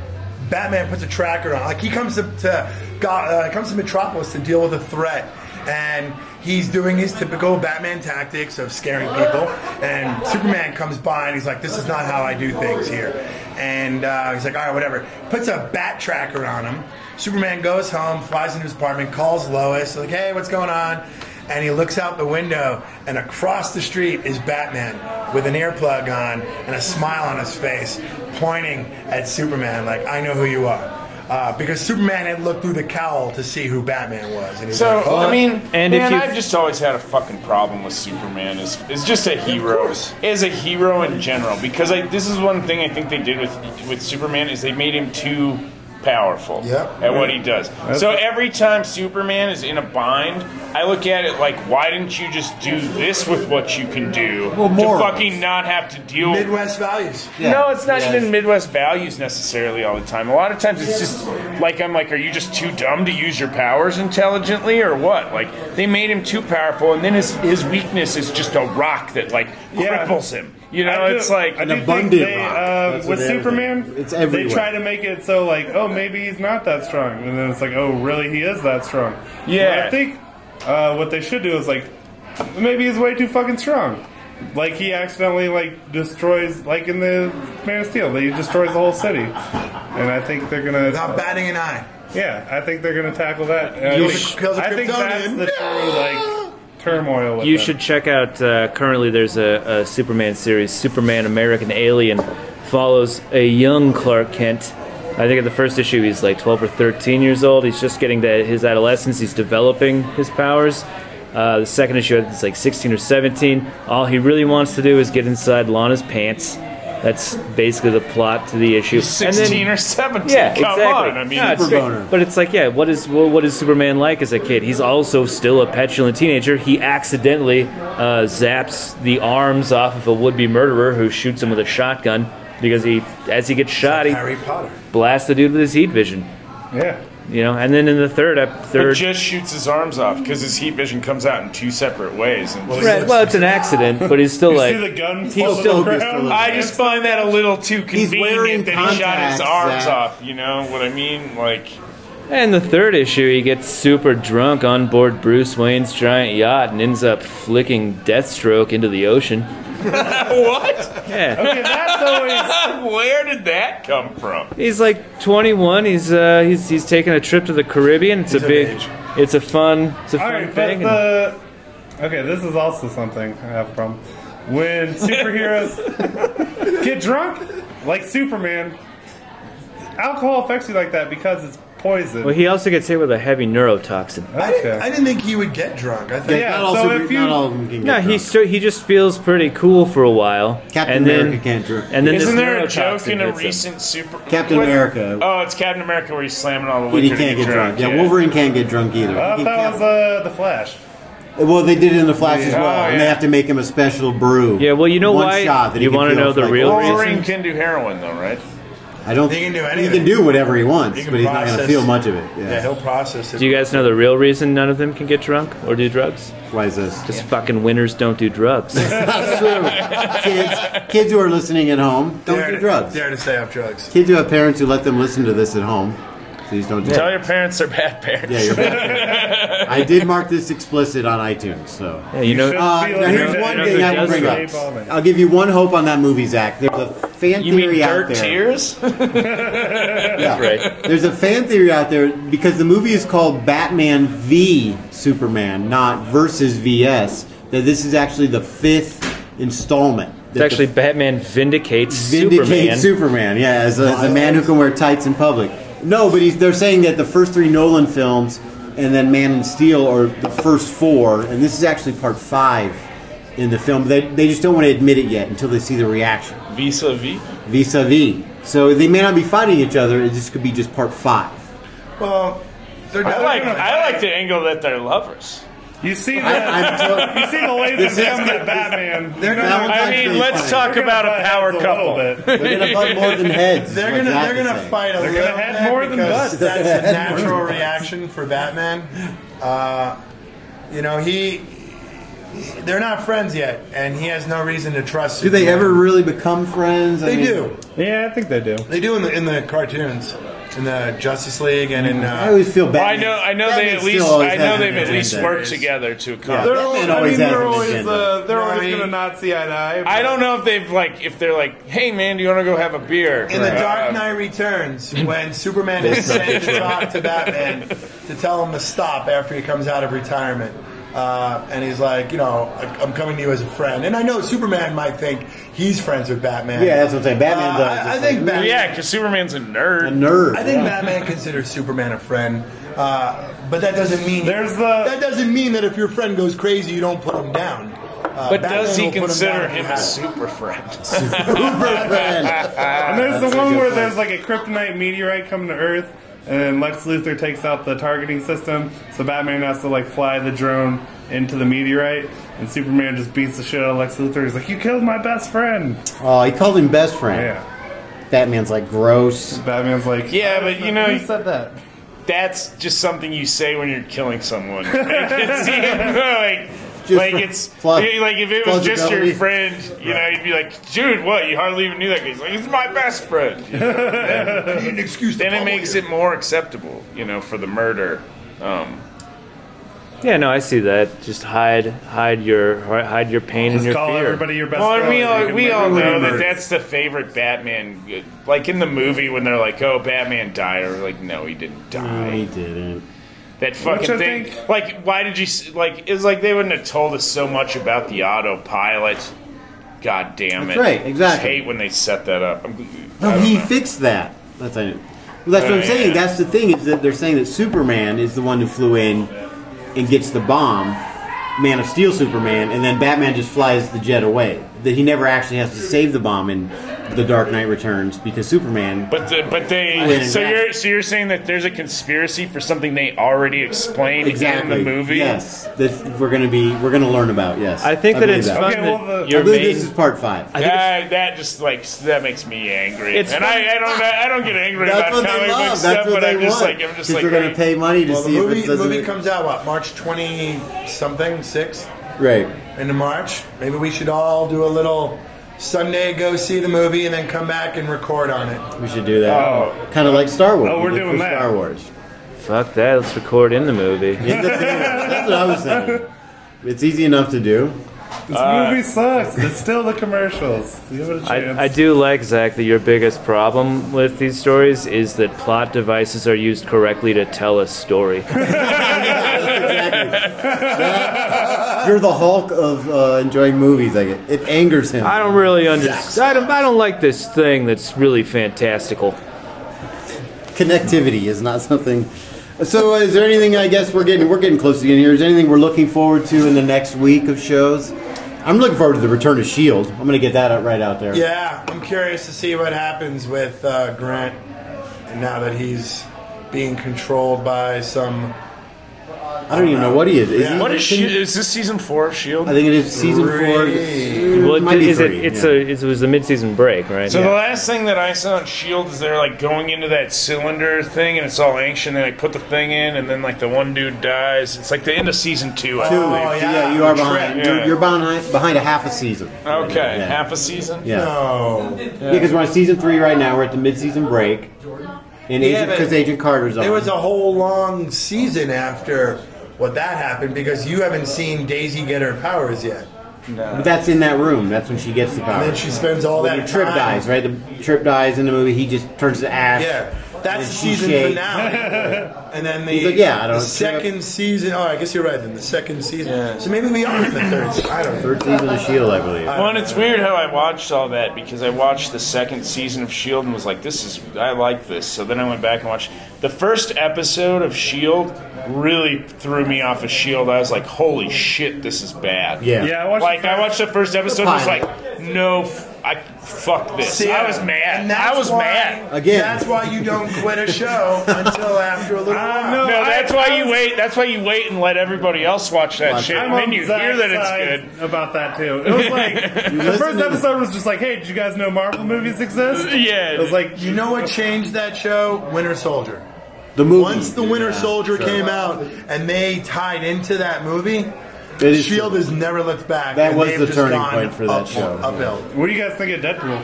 G: Batman puts a tracker on. Like he comes to, to Go- uh, comes to Metropolis to deal with a threat, and he's doing his typical Batman tactics of scaring people. And Superman comes by and he's like, "This is not how I do things here." And uh, he's like, "All right, whatever." Puts a bat tracker on him. Superman goes home, flies into his apartment, calls Lois, like, "Hey, what's going on?" and he looks out the window, and across the street is Batman with an earplug on and a smile on his face, pointing at Superman like, "I know who you are," uh, because Superman had looked through the cowl to see who Batman was, and he's
H: So
G: like, "Oh,
H: I mean,
F: and
H: and
F: if
H: man,
F: you-
H: I've just always had a fucking problem with Superman. Is is just a hero, is a hero in general. Because I, this is one thing I think they did with with Superman is they made him too powerful
G: Yep.
H: at what he does. so every time Superman is in a bind, I look at it like, why didn't you just do this with what you can do
I: Well,
H: to
I: morals.
H: fucking not have to deal with
G: Midwest values."
I: Yeah.
H: no, it's not
I: Yeah.
H: even Midwest values necessarily all the time. A lot of times it's just like I'm like, are you just too dumb to use your powers intelligently or what? Like they made him too powerful, and then his his weakness is just a rock that like
J: Yeah.
H: cripples him. You know,
J: I do-
H: it's like
J: I do think
I: abundant
J: they, uh,
I: rock. That's what
J: with
I: they-
J: Superman,
I: it's
J: they
I: everywhere.
J: try to make it so like, oh, maybe he's not that strong, and then it's like, oh, really, he is that strong.
H: Yeah.
J: But I think uh, what they should do is like, maybe he's way too fucking strong. Like he accidentally like destroys, like in the Man of Steel, that he destroys the whole city, and I think they're gonna.
G: Without batting an eye.
J: Yeah, I think they're gonna tackle that. And I
G: Kills
J: think-
G: a- kills a
J: I think that's
G: Kryptonian.
J: the true like turmoil. With
F: You
J: them.
F: should check out. Uh, currently, there's a, a Superman series, Superman American Alien, follows a young Clark Kent. I think at the first issue he's like 12 or 13 years old. He's just getting to his adolescence. He's developing his powers. Uh, the second issue I think it's like 16 or 17. All he really wants to do is get inside Lana's pants. That's basically the plot to the issue. And then-
H: sixteen or seventeen.
F: yeah,
H: Come
F: exactly.
H: on. I mean,
F: No, it's
I: Super
F: great.
I: boner.
F: But it's like, yeah, what is wha- what is Superman like as a kid? He's also still a petulant teenager. He accidentally uh, zaps the arms off of a would-be murderer who shoots him with a shotgun because he, as he gets shot, he
G: Harry Potter.
F: blasts the dude with his heat vision.
J: Yeah.
F: you know. And then in the third, ep-
H: But
F: third,
H: just shoots his arms off because his heat vision comes out in two separate ways. And just-
F: Right, well, it's an accident, but he's still
J: You
F: like,
J: see the gun
I: He's
J: fall to
I: still
J: the ground?
I: just
H: I just find that a little too
I: He's wearing
H: convenient that he shot
I: contacts,
H: his arms
I: Zach.
H: off. You know what I mean? Like,
F: and the third issue, he gets super drunk on board Bruce Wayne's giant yacht and ends up flicking Deathstroke into the ocean.
H: what?
F: Yeah,
J: Okay, that's always.
H: Where did that come from?
F: he's like 21. He's uh, he's he's taking a trip to the Caribbean. It's a
G: of
F: big,
G: age.
F: it's a fun, it's a
J: All
F: fun
J: right, but
F: thing.
J: the okay, this is also something I have a problem. When superheroes get drunk, like Superman, alcohol affects you like that because it's poison.
F: well, he also gets hit with a heavy neurotoxin.
G: I didn't, I
J: okay.
G: didn't think he would get drunk. I think
J: Yeah,
I: not all
J: so
I: super-
J: if you-
I: not all of them can get
F: No, he
I: drunk.
F: st- he just feels pretty cool for a while.
I: Captain
F: and
I: America
F: then,
I: can't drink.
F: And then
H: Isn't
F: this
H: there a joke
F: neurotoxin
H: in a
F: hits him.
H: recent super
I: Captain
H: what-
I: America.
H: Oh, it's Captain America where he's slamming all the
I: But he
H: liquor to
I: can't get drunk. Yeah,
H: yeah.
I: Wolverine can't get drunk either.
J: I
I: He
J: thought that was
I: can't-
J: uh, the Flash.
I: well, they did it in the Flash as well,
H: Oh,
I: and they
H: yeah.
I: have to make him a special brew.
F: Yeah, well, you know
I: One
F: why-
I: shot that he
F: you
I: can
F: wanna
I: feel
F: know the
I: like-
F: real reason?
H: Wolverine can do heroin though, right?
I: I don't.
G: He can do
I: He
G: anything.
I: can do whatever he wants,
G: He can
I: but he's not going to
G: process-
I: feel much of it. Yeah.
G: yeah, he'll process it.
F: Do you guys know the real reason none of them can get drunk or do drugs?
I: Why is this?
F: Because fucking winners don't do drugs.
I: That's true. kids, kids who are listening at home, don't
G: dare
I: do
G: to-
I: drugs.
G: Dare to stay off drugs.
I: Kids who have parents who let them listen to this at home, please don't do
H: Tell
I: drugs.
H: your parents they're bad parents.
I: Yeah, you're bad. I did mark this explicit on iTunes, so.
F: yeah, you know,
J: should-
I: Uh,
J: Be
I: now
J: like-
I: here's
J: Yeah,
I: one
J: yeah,
I: thing
F: yeah,
I: I will
F: yeah,
I: bring
J: yeah,
I: up.
J: yeah.
I: I'll give you one hope on that movie, Zach. There's a fan
H: You
I: theory
H: mean
I: out
H: dirt
I: there.
H: tears?
I: Yeah.
F: right.
I: There's a fan theory out there because the movie is called Batman v Superman, not versus VS. That this is actually the fifth installment.
F: it's actually Batman vindicates Superman.
I: vindicate Superman. Yeah, as a, as a man who can wear tights in public. No, but he's, they're saying that the first three Nolan films and then Man and Steel are the first four, and this is actually part five in the film. They, they just don't want to admit it yet until they see the reaction
H: Visa V.
I: vis a vis. So they may not be fighting each other. It just could be just part five.
G: Well, they're
H: I
G: not
H: like
G: gonna-
H: I like the angle that they're lovers.
J: You see the
I: I'm
J: you
I: to-
J: see the
I: This
J: laser
I: is
J: beam
I: good.
J: that Batman.
I: They're
J: They're
I: not-
J: gonna
H: I
I: actually
H: mean, let's
I: fine.
H: talk
J: They're
H: about
J: gonna
H: a
J: butt
H: power
J: heads a little
H: couple.
J: bit.
I: They're gonna butt more than heads.
G: They're
I: like
G: gonna
I: Zach
G: they're
I: is
G: gonna
I: saying.
G: fight a
J: They're
G: little
J: gonna have more
G: bit
J: than
G: because
J: guts.
G: That's a natural reaction for Batman. Uh, you know he. They're not friends yet, and he has no reason to trust.
I: Do they
G: Superman.
I: ever really become friends? I
G: They
I: mean,
G: do.
J: Yeah, I think they do.
G: They do in the in the cartoons, in the Justice League, and in.
I: I
G: Uh,
I: always feel bad.
H: I know I know they at least I know they've at least worked together to
J: They're
H: accomplish.
I: Batman
J: always, I
I: always
J: mean,
I: has
J: they're
I: an
J: always,
I: agenda.
J: uh, they're
G: No, I
J: always
G: mean-
J: gonna not see eye to eye.
H: I don't know if they've like if they're like, hey man, do you want to go have a beer?
G: in the
H: Uh,
I: Um,
G: Dark Knight Returns, when Superman is sent to talk to Batman to tell him to stop after he comes out of retirement, uh, and he's like, you know, I- I'm coming to you as a friend. And I know Superman might think he's friends with Batman.
I: Yeah, that's what I'm saying. Batman
G: Uh,
I: does.
G: I- I
I: It's
G: think
I: like,
G: Batman.
H: Yeah, because Superman's a nerd.
I: A nerd.
G: I think Batman considers Superman a friend, uh, but that doesn't mean
J: There's the-
G: that doesn't mean that if your friend goes crazy, you don't put him down. Uh,
H: But
G: Batman
H: does he
G: will put down
H: consider
G: if he
H: him a
G: has to.
H: super friend?
I: Super friend.
J: And there's
I: That's
J: the
I: a
J: one
I: good
J: where
I: point.
J: there's like a kryptonite meteorite coming to Earth, and then Lex Luthor takes out the targeting system, so Batman has to like fly the drone into the meteorite, and Superman just beats the shit out of Lex Luthor. He's like, "You killed my best friend."
I: Oh, he called him best friend.
J: Yeah.
I: Batman's like gross.
J: Batman's like,
H: Yeah, but you know-
J: who said that?"
H: That's just something you say when you're killing someone. Like, it's, you know, like,
I: Just
H: like
I: for
H: it's
I: plau-
H: like if it was just your
I: plausibility.
H: friend, you know, you'd be like, dude, what? You hardly even knew that guy. He's like, he's my best friend. You know?
G: An excuse. to
H: then it
G: pummel
H: makes
G: you.
H: it more acceptable, you know, for the murder. Um,
F: yeah, no, I see that. Just hide, hide your, hide your pain and
J: Just
F: your
J: call
F: fear.
J: everybody your best
H: well,
J: friend.
H: and we
J: You
H: all
J: can
H: we
J: murder
H: all know
J: whoever.
H: that that's the favorite Batman. Like in the movie when they're like, "Oh, Batman died," or like, "No, he didn't
I: No,
H: die."
I: he didn't.
H: That fucking
J: I
H: thing.
J: think-
H: Like, why did you s- like? It's like they wouldn't have told us so much about the autopilot. God damn
I: That's
H: it!
I: right, exactly.
H: I hate when they set that up. I'm, I
I: No,
H: don't
I: he
H: know.
I: fixed that. That's I knew. Well, that's what
H: Oh,
I: I'm saying.
H: yeah.
I: That's the thing is that they're saying that Superman is the one who flew in and gets the bomb, Man of Steel Superman, and then Batman just flies the jet away. That he never actually has to save the bomb in The Dark Knight Returns because Superman.
H: But the, but they
I: Wait,
H: so
I: yeah.
H: you're so you're saying that there's a conspiracy for something they already explained
I: Exactly.
H: in the movie.
I: Yes, that we're gonna be we're gonna learn about. Yes,
F: I think that
I: believe
F: it's fun
J: Okay,
F: that
J: well, the-
I: I
F: your
I: believe
F: main-
I: this is part five.
F: I think it's-
H: That, that just like that makes me angry,
F: It's
H: and
F: fun-
H: I, I don't I don't get angry
I: That's
H: about
I: what they
H: comic book
I: love.
H: stuff,
I: That's what
H: but
I: they
H: I'm just
I: want.
H: like I'm just
I: 'Cause
H: like uh,
I: we're gonna
H: hey,
I: pay money to
G: Well, the
I: see if
G: movie,
I: it doesn't.
G: movie comes out what March twenty something sixth
I: right.
G: into March. Maybe we should all do a little Sunday go see the movie and then come back and record on it.
I: We should do that.
J: Oh.
I: kind of like Star Wars.
J: Oh,
I: we
J: we're
I: did
J: doing
I: for
J: that.
I: Star Wars.
F: fuck that. Let's record in the movie.
I: In the theater. That's what I was saying. It's easy enough to do.
J: This movie sucks. It's still the commercials. Give it a chance.
F: I, I do like Zach that your biggest problem with these stories is that plot devices are used correctly to tell a story.
I: You're the Hulk of uh, enjoying movies. I get it angers him.
F: I don't really understand. I don't, I don't like this thing that's really fantastical.
I: Connectivity is not something. So, uh, is there anything? I guess we're getting we're getting close to getting here. Is there anything we're looking forward to in the next week of shows? I'm looking forward to the return of Shield. E I'm going to get that out right out there.
G: Yeah, I'm curious to see what happens with uh, Grant now that he's being controlled by some
I: I don't even know what he is. Is he-
H: what is
I: I think-
H: she, is this season four of Shield?
I: I think it is season four.
G: Three.
I: It
F: Well,
I: might be
F: is
I: three,
F: it? It's
I: yeah.
F: a. It was the mid-season break, right?
H: So the last thing that I saw on Shield is they're like going into that cylinder thing, and it's all ancient. They like put the thing in, and then like the one dude dies. It's like the end of season two. I
I: Two.
H: believe.
G: Oh,
I: yeah.
G: yeah.
I: you are
G: Trek,
I: behind.
H: yeah.
I: You're, you're behind behind a half a season.
H: Okay,
I: Yeah.
H: half a season.
I: Yeah.
G: no.
I: Yeah, because we're on season three right now. We're at the mid-season break. And
G: Yeah,
I: Agent
G: but
I: because Agent Carter's on.
G: There was a whole long season after what that happened because you haven't seen Daisy get her powers yet.
I: but that's in that room. That's when she gets the power.
G: And then she spends all
I: when
G: that
I: Trip
G: time-
I: dies, right? The Trip dies in the movie. He just turns to ash.
G: Yeah, that's the
I: And she
G: season
I: shakes.
G: finale. and then the,
I: He's like, yeah, I don't
G: the
I: know.
G: second season. Oh, I guess you're right. Then the second season. So maybe we are in the third. season. I don't know.
I: Third season of Shield, I believe.
G: Uh,
H: Well, and it's weird how I watched all that because I watched the second season of Shield E and was like, "This is I like this." So then I went back and watched the first episode of Shield. E Really threw me off of Shield. I was like, "Holy shit, this is bad."
I: yeah.
J: yeah, I watched
H: Like
J: the
H: I
J: first-
H: watched the first episode and was
I: pilot.
H: like, "No, f- I fuck this."
G: See,
H: I was
G: and
H: mad.
G: that's
H: I was
G: why-
H: mad.
I: Again.
G: That's why you don't quit a show until after a little
J: I
G: while.
J: know.
H: No,
J: I-
H: that's
J: I
H: why you
J: was-
H: wait. That's why you wait and let everybody else watch that
I: Watch
H: shit,
I: it.
J: I'm
H: and then
J: on
H: you
J: Zach's
H: hear that it's
J: side
H: good.
J: About that too. It was like the
I: listen
J: first
I: to-
J: episode was just like, "Hey, did you guys know Marvel movies exist?"
H: Yeah.
J: It was like,
G: You know what changed that show? Winter Soldier.
I: The movie.
G: Once the Winter
I: Yeah,
G: Soldier
I: so-
G: came out and they tied into that movie,
I: is
G: Shield
I: true.
G: E has never looked back.
I: That
G: and
I: was
G: they've
I: the
G: just
I: turning
G: gone
I: point for that
G: up-
I: show.
G: Uphill.
J: "What do you guys think of Deadpool?"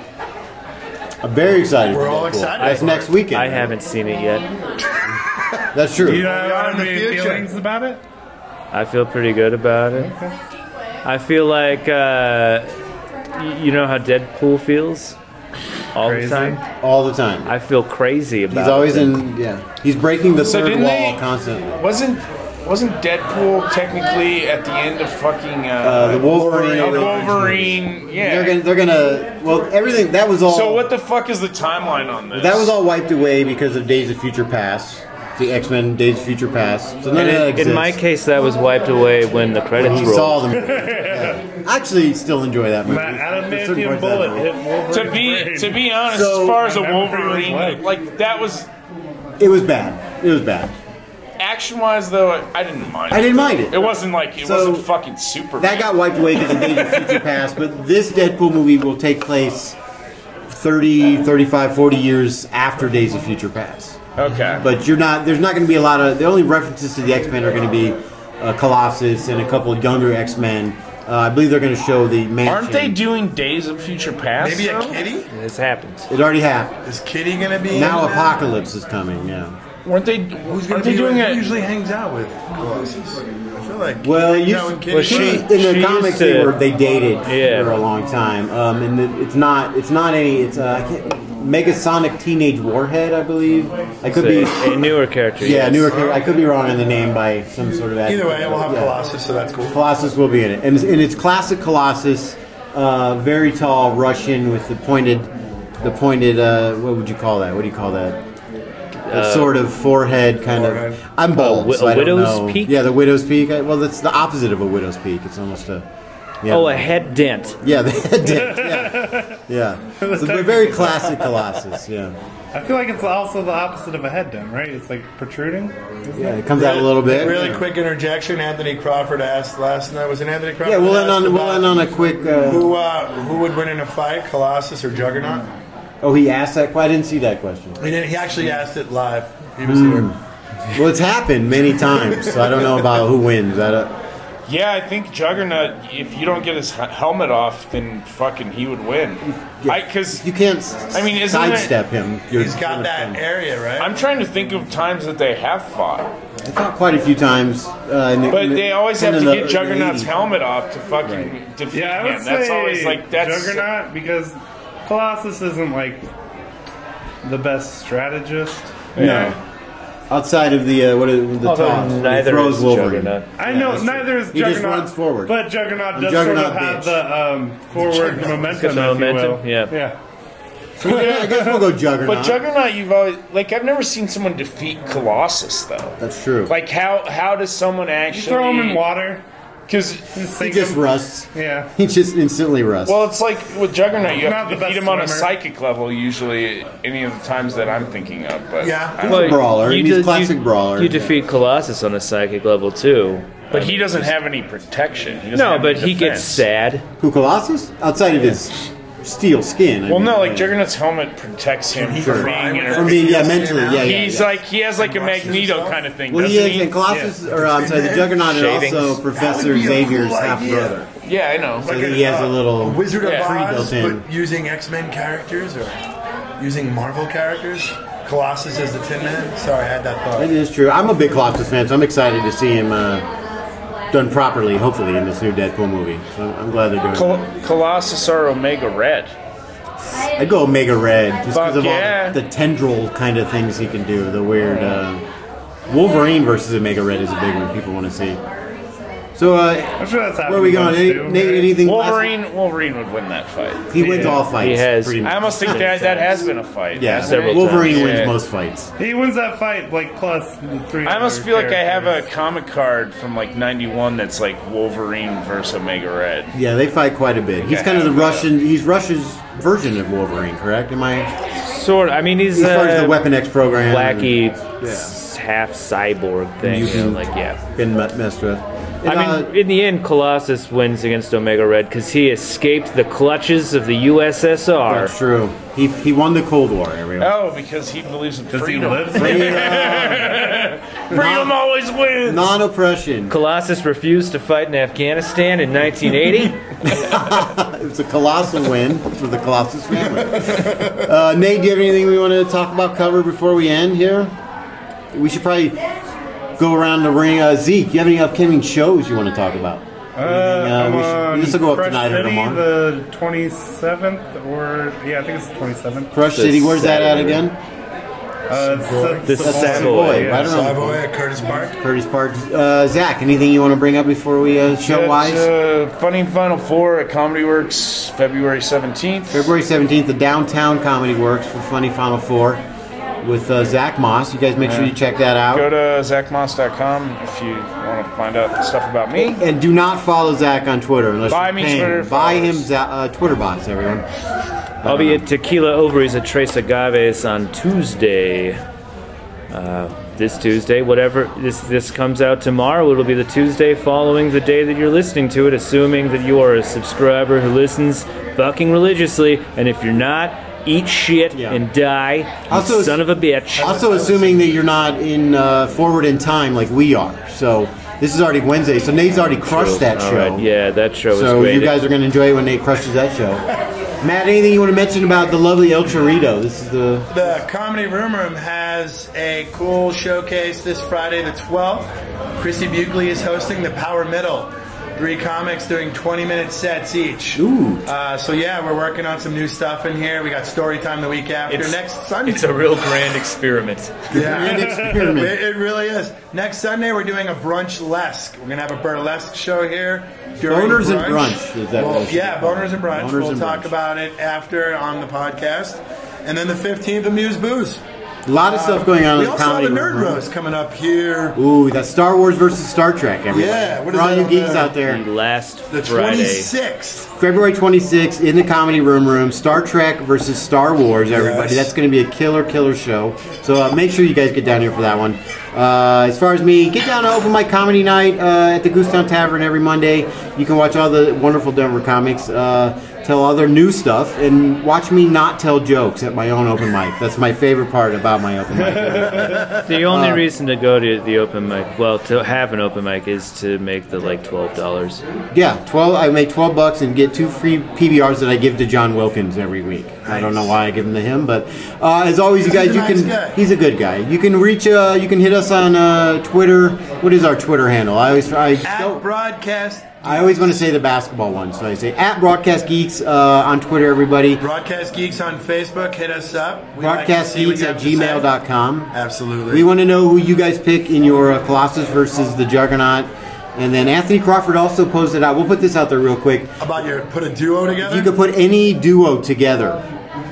I: I'm very excited.
G: We're
I: for
G: all
I: Deadpool.
G: excited
I: That's
G: for
I: next
G: it.
I: weekend.
F: I haven't seen it yet.
I: That's true.
J: Do you not
G: We are
J: have
G: in the
J: any
G: future.
J: feelings about it?
F: I feel pretty good about it. I feel like uh, y- you know how Deadpool feels all
J: Crazy.
F: the time.
I: All the time.
F: I feel crazy about.
I: He's always
F: it.
I: in. Yeah. He's breaking the
H: So
I: third
H: didn't
I: wall
H: they-
I: constantly.
H: Wasn't wasn't Deadpool technically at the end of fucking uh,
I: Uh, the Wolverine.
H: of
I: origins.
H: Wolverine? Yeah.
I: They're gonna. They're gonna. Well, everything that was all.
H: so what the fuck is the timeline on this?
I: That was all wiped away because of Days of Future Past, the X Men Days of Future Past. So
F: And
I: none of that
F: in,
I: exists.
F: in my case, that was wiped away when the
I: when
F: credits
I: you
F: rolled.
I: saw them, yeah. I actually still enjoy that movie.
J: My
I: There's certain
J: adamantium
I: parts of that
J: bullet
I: movie.
J: hit Wolverine.
H: to be to be honest,
I: So-
H: as far as a
J: I remember it was
H: Wolverine,
J: like-
H: like that was
I: It was bad. It was bad.
H: action wise though, I, I didn't mind.
I: I didn't mind it.
H: It wasn't like it
I: So-
H: wasn't fucking super.
I: That got wiped away because of Days of Future Past, but this Deadpool movie will take place 30, 35, 40 years after Days of Future Past.
H: okay.
I: But you're not. There's not going to be a lot of. The only references to the X Men are going to be uh, Colossus and a couple of younger X Men. Uh, I believe they're going to show the man.
H: Aren't they doing Days of Future Past?
G: Maybe a
H: though?
G: kitty?
F: This happens.
I: It already happened.
G: Is Kitty gonna be
I: Now
G: in that?
I: apocalypse is coming. Yeah.
H: Weren't they?
G: Who's
H: aren't
G: gonna
H: they
G: be
H: doing
G: doing who
H: it?
G: Usually hangs out with Colossus. I feel like
I: Well,
G: Kitty
I: you,
G: now and Kitty.
I: well, she, in
F: she
I: the
F: used
I: comics
F: to-
I: they were they dated
F: Yeah.
I: for a long time, um, and the, it's not it's not any it's uh, I can't, Megasonic Teenage Warhead I believe I could be
F: A, a newer character.
I: yeah
F: yes.
I: newer character. I could be wrong on the name by some sort of
G: Either way,
I: accident,
G: we'll have
I: yeah.
G: Colossus, so that's cool.
I: Colossus will be in it, and it's, and it's classic Colossus, uh, very tall Russian with the pointed the pointed uh, what would you call that? What do you call that? That sort of forehead kind
G: Forehead.
I: of. I'm bald,
F: wi-
I: so
F: Uh, a
I: I don't
F: widow's
I: know.
F: peak?
I: Yeah, the widow's peak. I, well, that's the opposite of a widow's peak. It's almost a. Yeah.
F: Oh, a head dent.
I: Yeah, the head dent. Yeah, yeah. It's a very classic Colossus. Yeah,
J: I feel like it's also the opposite of a head dent, right? It's like protruding. isn't
I: yeah.
J: it?
I: It comes out a little bit.
G: Really quick interjection. Anthony Crawford asked last night. Was it Anthony Crawford?
I: Yeah, we'll
G: that
I: end
G: asked
I: on we'll
G: about
I: end on a quick. Uh,
G: Who uh, who would win in a fight, Colossus or Juggernaut?
I: oh, he asked that. que- I didn't see that question.
G: He, didn't, he actually asked it live. He
I: Hmm.
G: was here.
I: Mm. Well, it's happened many times, so I don't know about who wins. I don't,
H: Yeah, I think Juggernaut. If you don't get his he- helmet off, then fucking he would win. I because
I: you can't. s-
H: I mean, isn't there-
I: sidestep him. You're-
G: He's got that area, right?
H: I'm trying to think of times that they have fought,
I: I thought quite a few times. Uh, in the-
H: but
I: in the-
H: they always have
I: in
H: to
I: the-
H: get Juggernaut's
I: in the 80s.
H: helmet off to fucking defeat
J: Yeah, I would
H: him.
J: say
H: That's always like that's
J: Juggernaut because Colossus isn't like the best strategist.
I: No. Outside of the uh, what are the
F: Although
I: toss, he
F: neither
I: throws
F: is
I: Wolverine.
F: Juggernaut.
J: I know neither is
I: He
J: Juggernaut.
I: just runs forward.
J: but Juggernaut does
I: Juggernaut
J: sort of have
I: bitch.
J: the um, forward momentum,
F: Got the
J: if you will.
F: momentum, yeah.
J: yeah.
I: Yeah, I guess we'll go Juggernaut.
H: But Juggernaut, you've always like I've never seen someone defeat Colossus though.
I: That's true.
H: Like how how does someone
J: You
H: actually
J: throw him in water.
H: Because
J: And
I: he
J: sink
I: just
J: him.
I: rusts.
J: Yeah.
I: He just instantly rusts.
H: well, it's like with Juggernaut, you
J: Not
H: have
J: the
H: to defeat
J: best
H: him on a
J: swimmer.
H: psychic level. Usually, any of the times that I'm thinking of, but
G: Yeah.
H: I-
I: Well, brawler. He's classic
F: you,
I: brawler.
F: You defeat Colossus on a psychic level too.
H: but he doesn't have any protection. He doesn't
F: No,
H: have
F: but
H: any
F: he gets sad.
H: defense.
I: Who Colossus? Outside of his steel skin. I
H: Well,
I: mean,
H: no,
I: uh,
H: like Juggernaut's helmet protects him from
G: fly
H: being.
G: with
H: in a-
G: that?
I: From being yeah, mentally, yeah, yeah.
H: he's
I: yeah.
H: like he has like a
G: Rushes
H: Magneto
G: himself?
H: kind of thing.
I: Well, he
H: doesn't
I: is, and Colossus, or uh, I'm sorry, the Juggernaut, and also Professor
G: be a cool
I: Xavier's
G: idea.
I: half brother.
H: Yeah, I know.
I: So he
H: uh,
I: has a little.
G: Wizard of
H: Yeah.
G: Oz,
I: Pre-built in.
G: but using X Men characters or using Marvel characters. Colossus is the Tin Man. Sorry, I had that thought.
I: It is true. I'm a big Colossus fan, so I'm excited to see him uh, done properly, hopefully, in this new Deadpool movie. So I'm glad they're doing it.
H: Col- Colossus or Omega Red.
I: I'd go Omega Red just
H: Fuck
I: because of
H: yeah.
I: all the, the tendril kind of things he can do. The weird uh, Wolverine versus Omega Red is a big one people want to see. So uh,
J: I'm sure that's happening.
I: where are we going? Any, Nate, anything? last-
H: Wolverine, Wolverine would win that fight.
I: He wins all fights.
F: has-
I: pretty much.
H: I almost think that that has been a fight.
I: Yeah,
H: hasn't it?
I: Wolverine
H: times.
I: wins
H: Yeah.
I: most fights.
J: He wins that fight like plus three.
H: I almost feel like I have a
J: characters.
H: comic card from like '91 that's like Wolverine versus Omega Red.
I: Yeah, they fight quite a bit. He's
H: I
I: kind of the
H: have, uh,
I: Russian. He's Russia's version of Wolverine, correct? Am I?
F: Sort. I mean, he's
I: As far as
F: uh,
I: the Weapon X program,
F: wacky
I: Yeah.
F: s- half cyborg thing. You know,
I: Mutant.
F: like yeah.
I: been me- messed with. And,
F: I
I: uh,
F: mean, in the end, Colossus wins against Omega Red because he escaped the clutches of the USSR.
I: that's true. He he won the Cold War. Everyone.
H: Oh, because he believes in
J: Does he
H: freedom.
J: live?
I: uh,
H: freedom always wins.
I: Non-oppression.
F: Colossus refused to fight in Afghanistan in 1980.
I: It was a colossal win for the Colossus family. Uh, Nate, do you have anything we want to talk about cover before we end here? We should probably go around the ring. Uh, Zeke, do you have any upcoming shows you want to talk about? uh,
J: I'm
I: we should-
J: on
I: this'll go up
J: Crush
I: tonight or
J: City
I: tomorrow.
J: The 27th, or yeah, I think it's the 27th.
I: Crush City, where's that at
F: Saturday.
I: again?
J: Uh, it's
F: The
J: the
F: Savoy,
I: right
J: yeah.
I: on.
G: Savoy at Curtis Park.
I: Curtis Park. Uh, Zach, anything you want to bring up before we uh, show wise?
H: That's, uh, Funny Final Four at Comedy Works, February 17th.
I: February 17th, the Downtown Comedy Works for Funny Final Four with uh, Zach Moss. You guys make sure you check that
H: Go
I: out.
H: to zachmoss.com if you want to find out stuff about me.
I: And do not follow Zach on Twitter unless
H: Buy
I: you're
H: me
I: paying.
H: Twitter
I: Buy him
H: followers.
I: Za- uh, Twitter bots, everyone.
F: I'll be at Tequila Ovaries at Tres Agaves on Tuesday. Uh, this Tuesday, whatever this this comes out tomorrow, it'll be the Tuesday following the day that you're listening to it, assuming that you are a subscriber who listens fucking religiously. And if you're not, eat shit
I: Yeah.
F: and die, you
I: Also-
F: son of a bitch.
I: Also, assuming that you're not in uh, forward in time like we are. So this is already Wednesday. So Nate's already crushed that
F: All
I: show.
F: right, yeah, that show was
I: So
F: great.
I: you guys are going to enjoy it when Nate crushes that show. Matt, anything you want to mention about the lovely El Chorito? This is the
G: The Comedy Room Room has a cool showcase this Friday the 12th. Chrissy Bugley is hosting the Power Middle. Three comics doing 20 minute sets each.
I: Ooh.
G: Uh, so, yeah, we're working on some new stuff in here. We got story time the week after. Next Sunday.
F: real grand experiment.
I: grand experiment.
G: It, it really is. Next Sunday, we're doing a brunch lesque. We're going to have a burlesque show here. during
I: Boners and Brunch, is that
G: Well,
I: what it should
G: yeah,
I: be called?
G: Boners and Brunch.
I: Boners
G: we'll
I: and
G: talk
I: Brunch.
G: about it after on the podcast. And then the 15th, Amuse Booze.
I: A lot of stuff going on
G: We
I: in the
G: also have a
I: comedy
G: nerd
I: room.
G: roast coming up here.
I: Ooh, that's Star Wars versus Star Trek. Everybody.
G: Yeah, what is
I: for all
G: that
I: you
G: on
I: geeks
G: the-
I: out there,
F: And last
G: The
F: Friday.
G: 26th.
I: February 26th in the Comedy Room Room, Star Trek versus Star Wars,
G: Yes.
I: everybody. That's going to be a killer, killer show. So uh, make sure you guys get down here for that one. Uh, as far as me, get down to open my comedy night uh, at the Goosetown Tavern every Monday. You can watch all the wonderful Denver comics, uh, tell all their new stuff, and watch me not tell jokes at my own open mic. That's my favorite part about my open mic.
F: The only reason to go to the open mic, well, to have an open mic is to make the like twelve dollars.
I: yeah, 12. I make 12 bucks and get two free PBRs that I give to John Wilkins every week. I don't know why I give them to him, but uh, as always, you guys,
G: He's a
I: you
G: nice
I: can.
G: guy.
I: He's a good guy. You can reach. Uh, you can hit us on uh, Twitter. What is our Twitter handle? I always. I
G: At
I: don't-
G: broadcast,
I: I always want to say the basketball one, so I say at Broadcast Geeks uh, on Twitter, everybody.
G: broadcast geeks on Facebook. Hit us up. We'd like to
I: Broadcast
G: see what
I: Geeks
G: you
I: at
G: have to say.
I: gmail.com.
G: Absolutely.
I: We want to know who you guys pick in your uh, Colossus versus the Juggernaut. And then Anthony Crawford also posted out. We'll put this out there real quick.
G: about your put a duo
I: If
G: together.
I: you could put any duo together,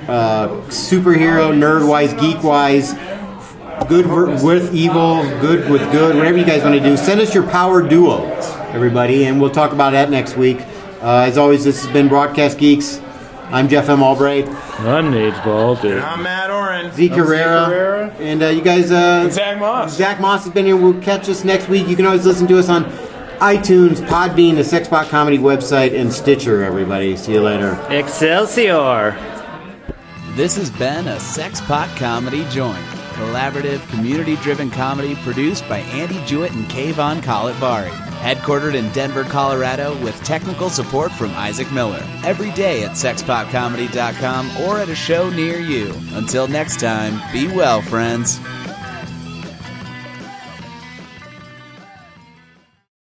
I: uh, superhero, nerd wise, geek wise, good ver- with evil, good with good, whatever you guys want to do, send us your power duo, everybody, and we'll talk about that next week. Uh, as always, this has been Broadcast Geeks. I'm Jeff M. Albright,
F: I'm Nate Balder.
G: I'm Matt Oren.
I: Zeke Herrera,
J: Herrera.
I: and uh, you guys. Uh,
H: Zach Moss.
I: Zach Moss has been here. We'll catch us next week. You can always listen to us on iTunes, Podbean, the Sexbot Comedy website, and Stitcher. Everybody, see you later.
F: Excelsior.
A: This has been a Sexpot Comedy Joint, collaborative, community driven comedy produced by Andy Jewett and Kayvon Kalatvari. Headquartered in Denver, Colorado, with technical support from Isaac Miller. Every day at sexpotcomedy.com or at a show near you. Until next time, be well, friends.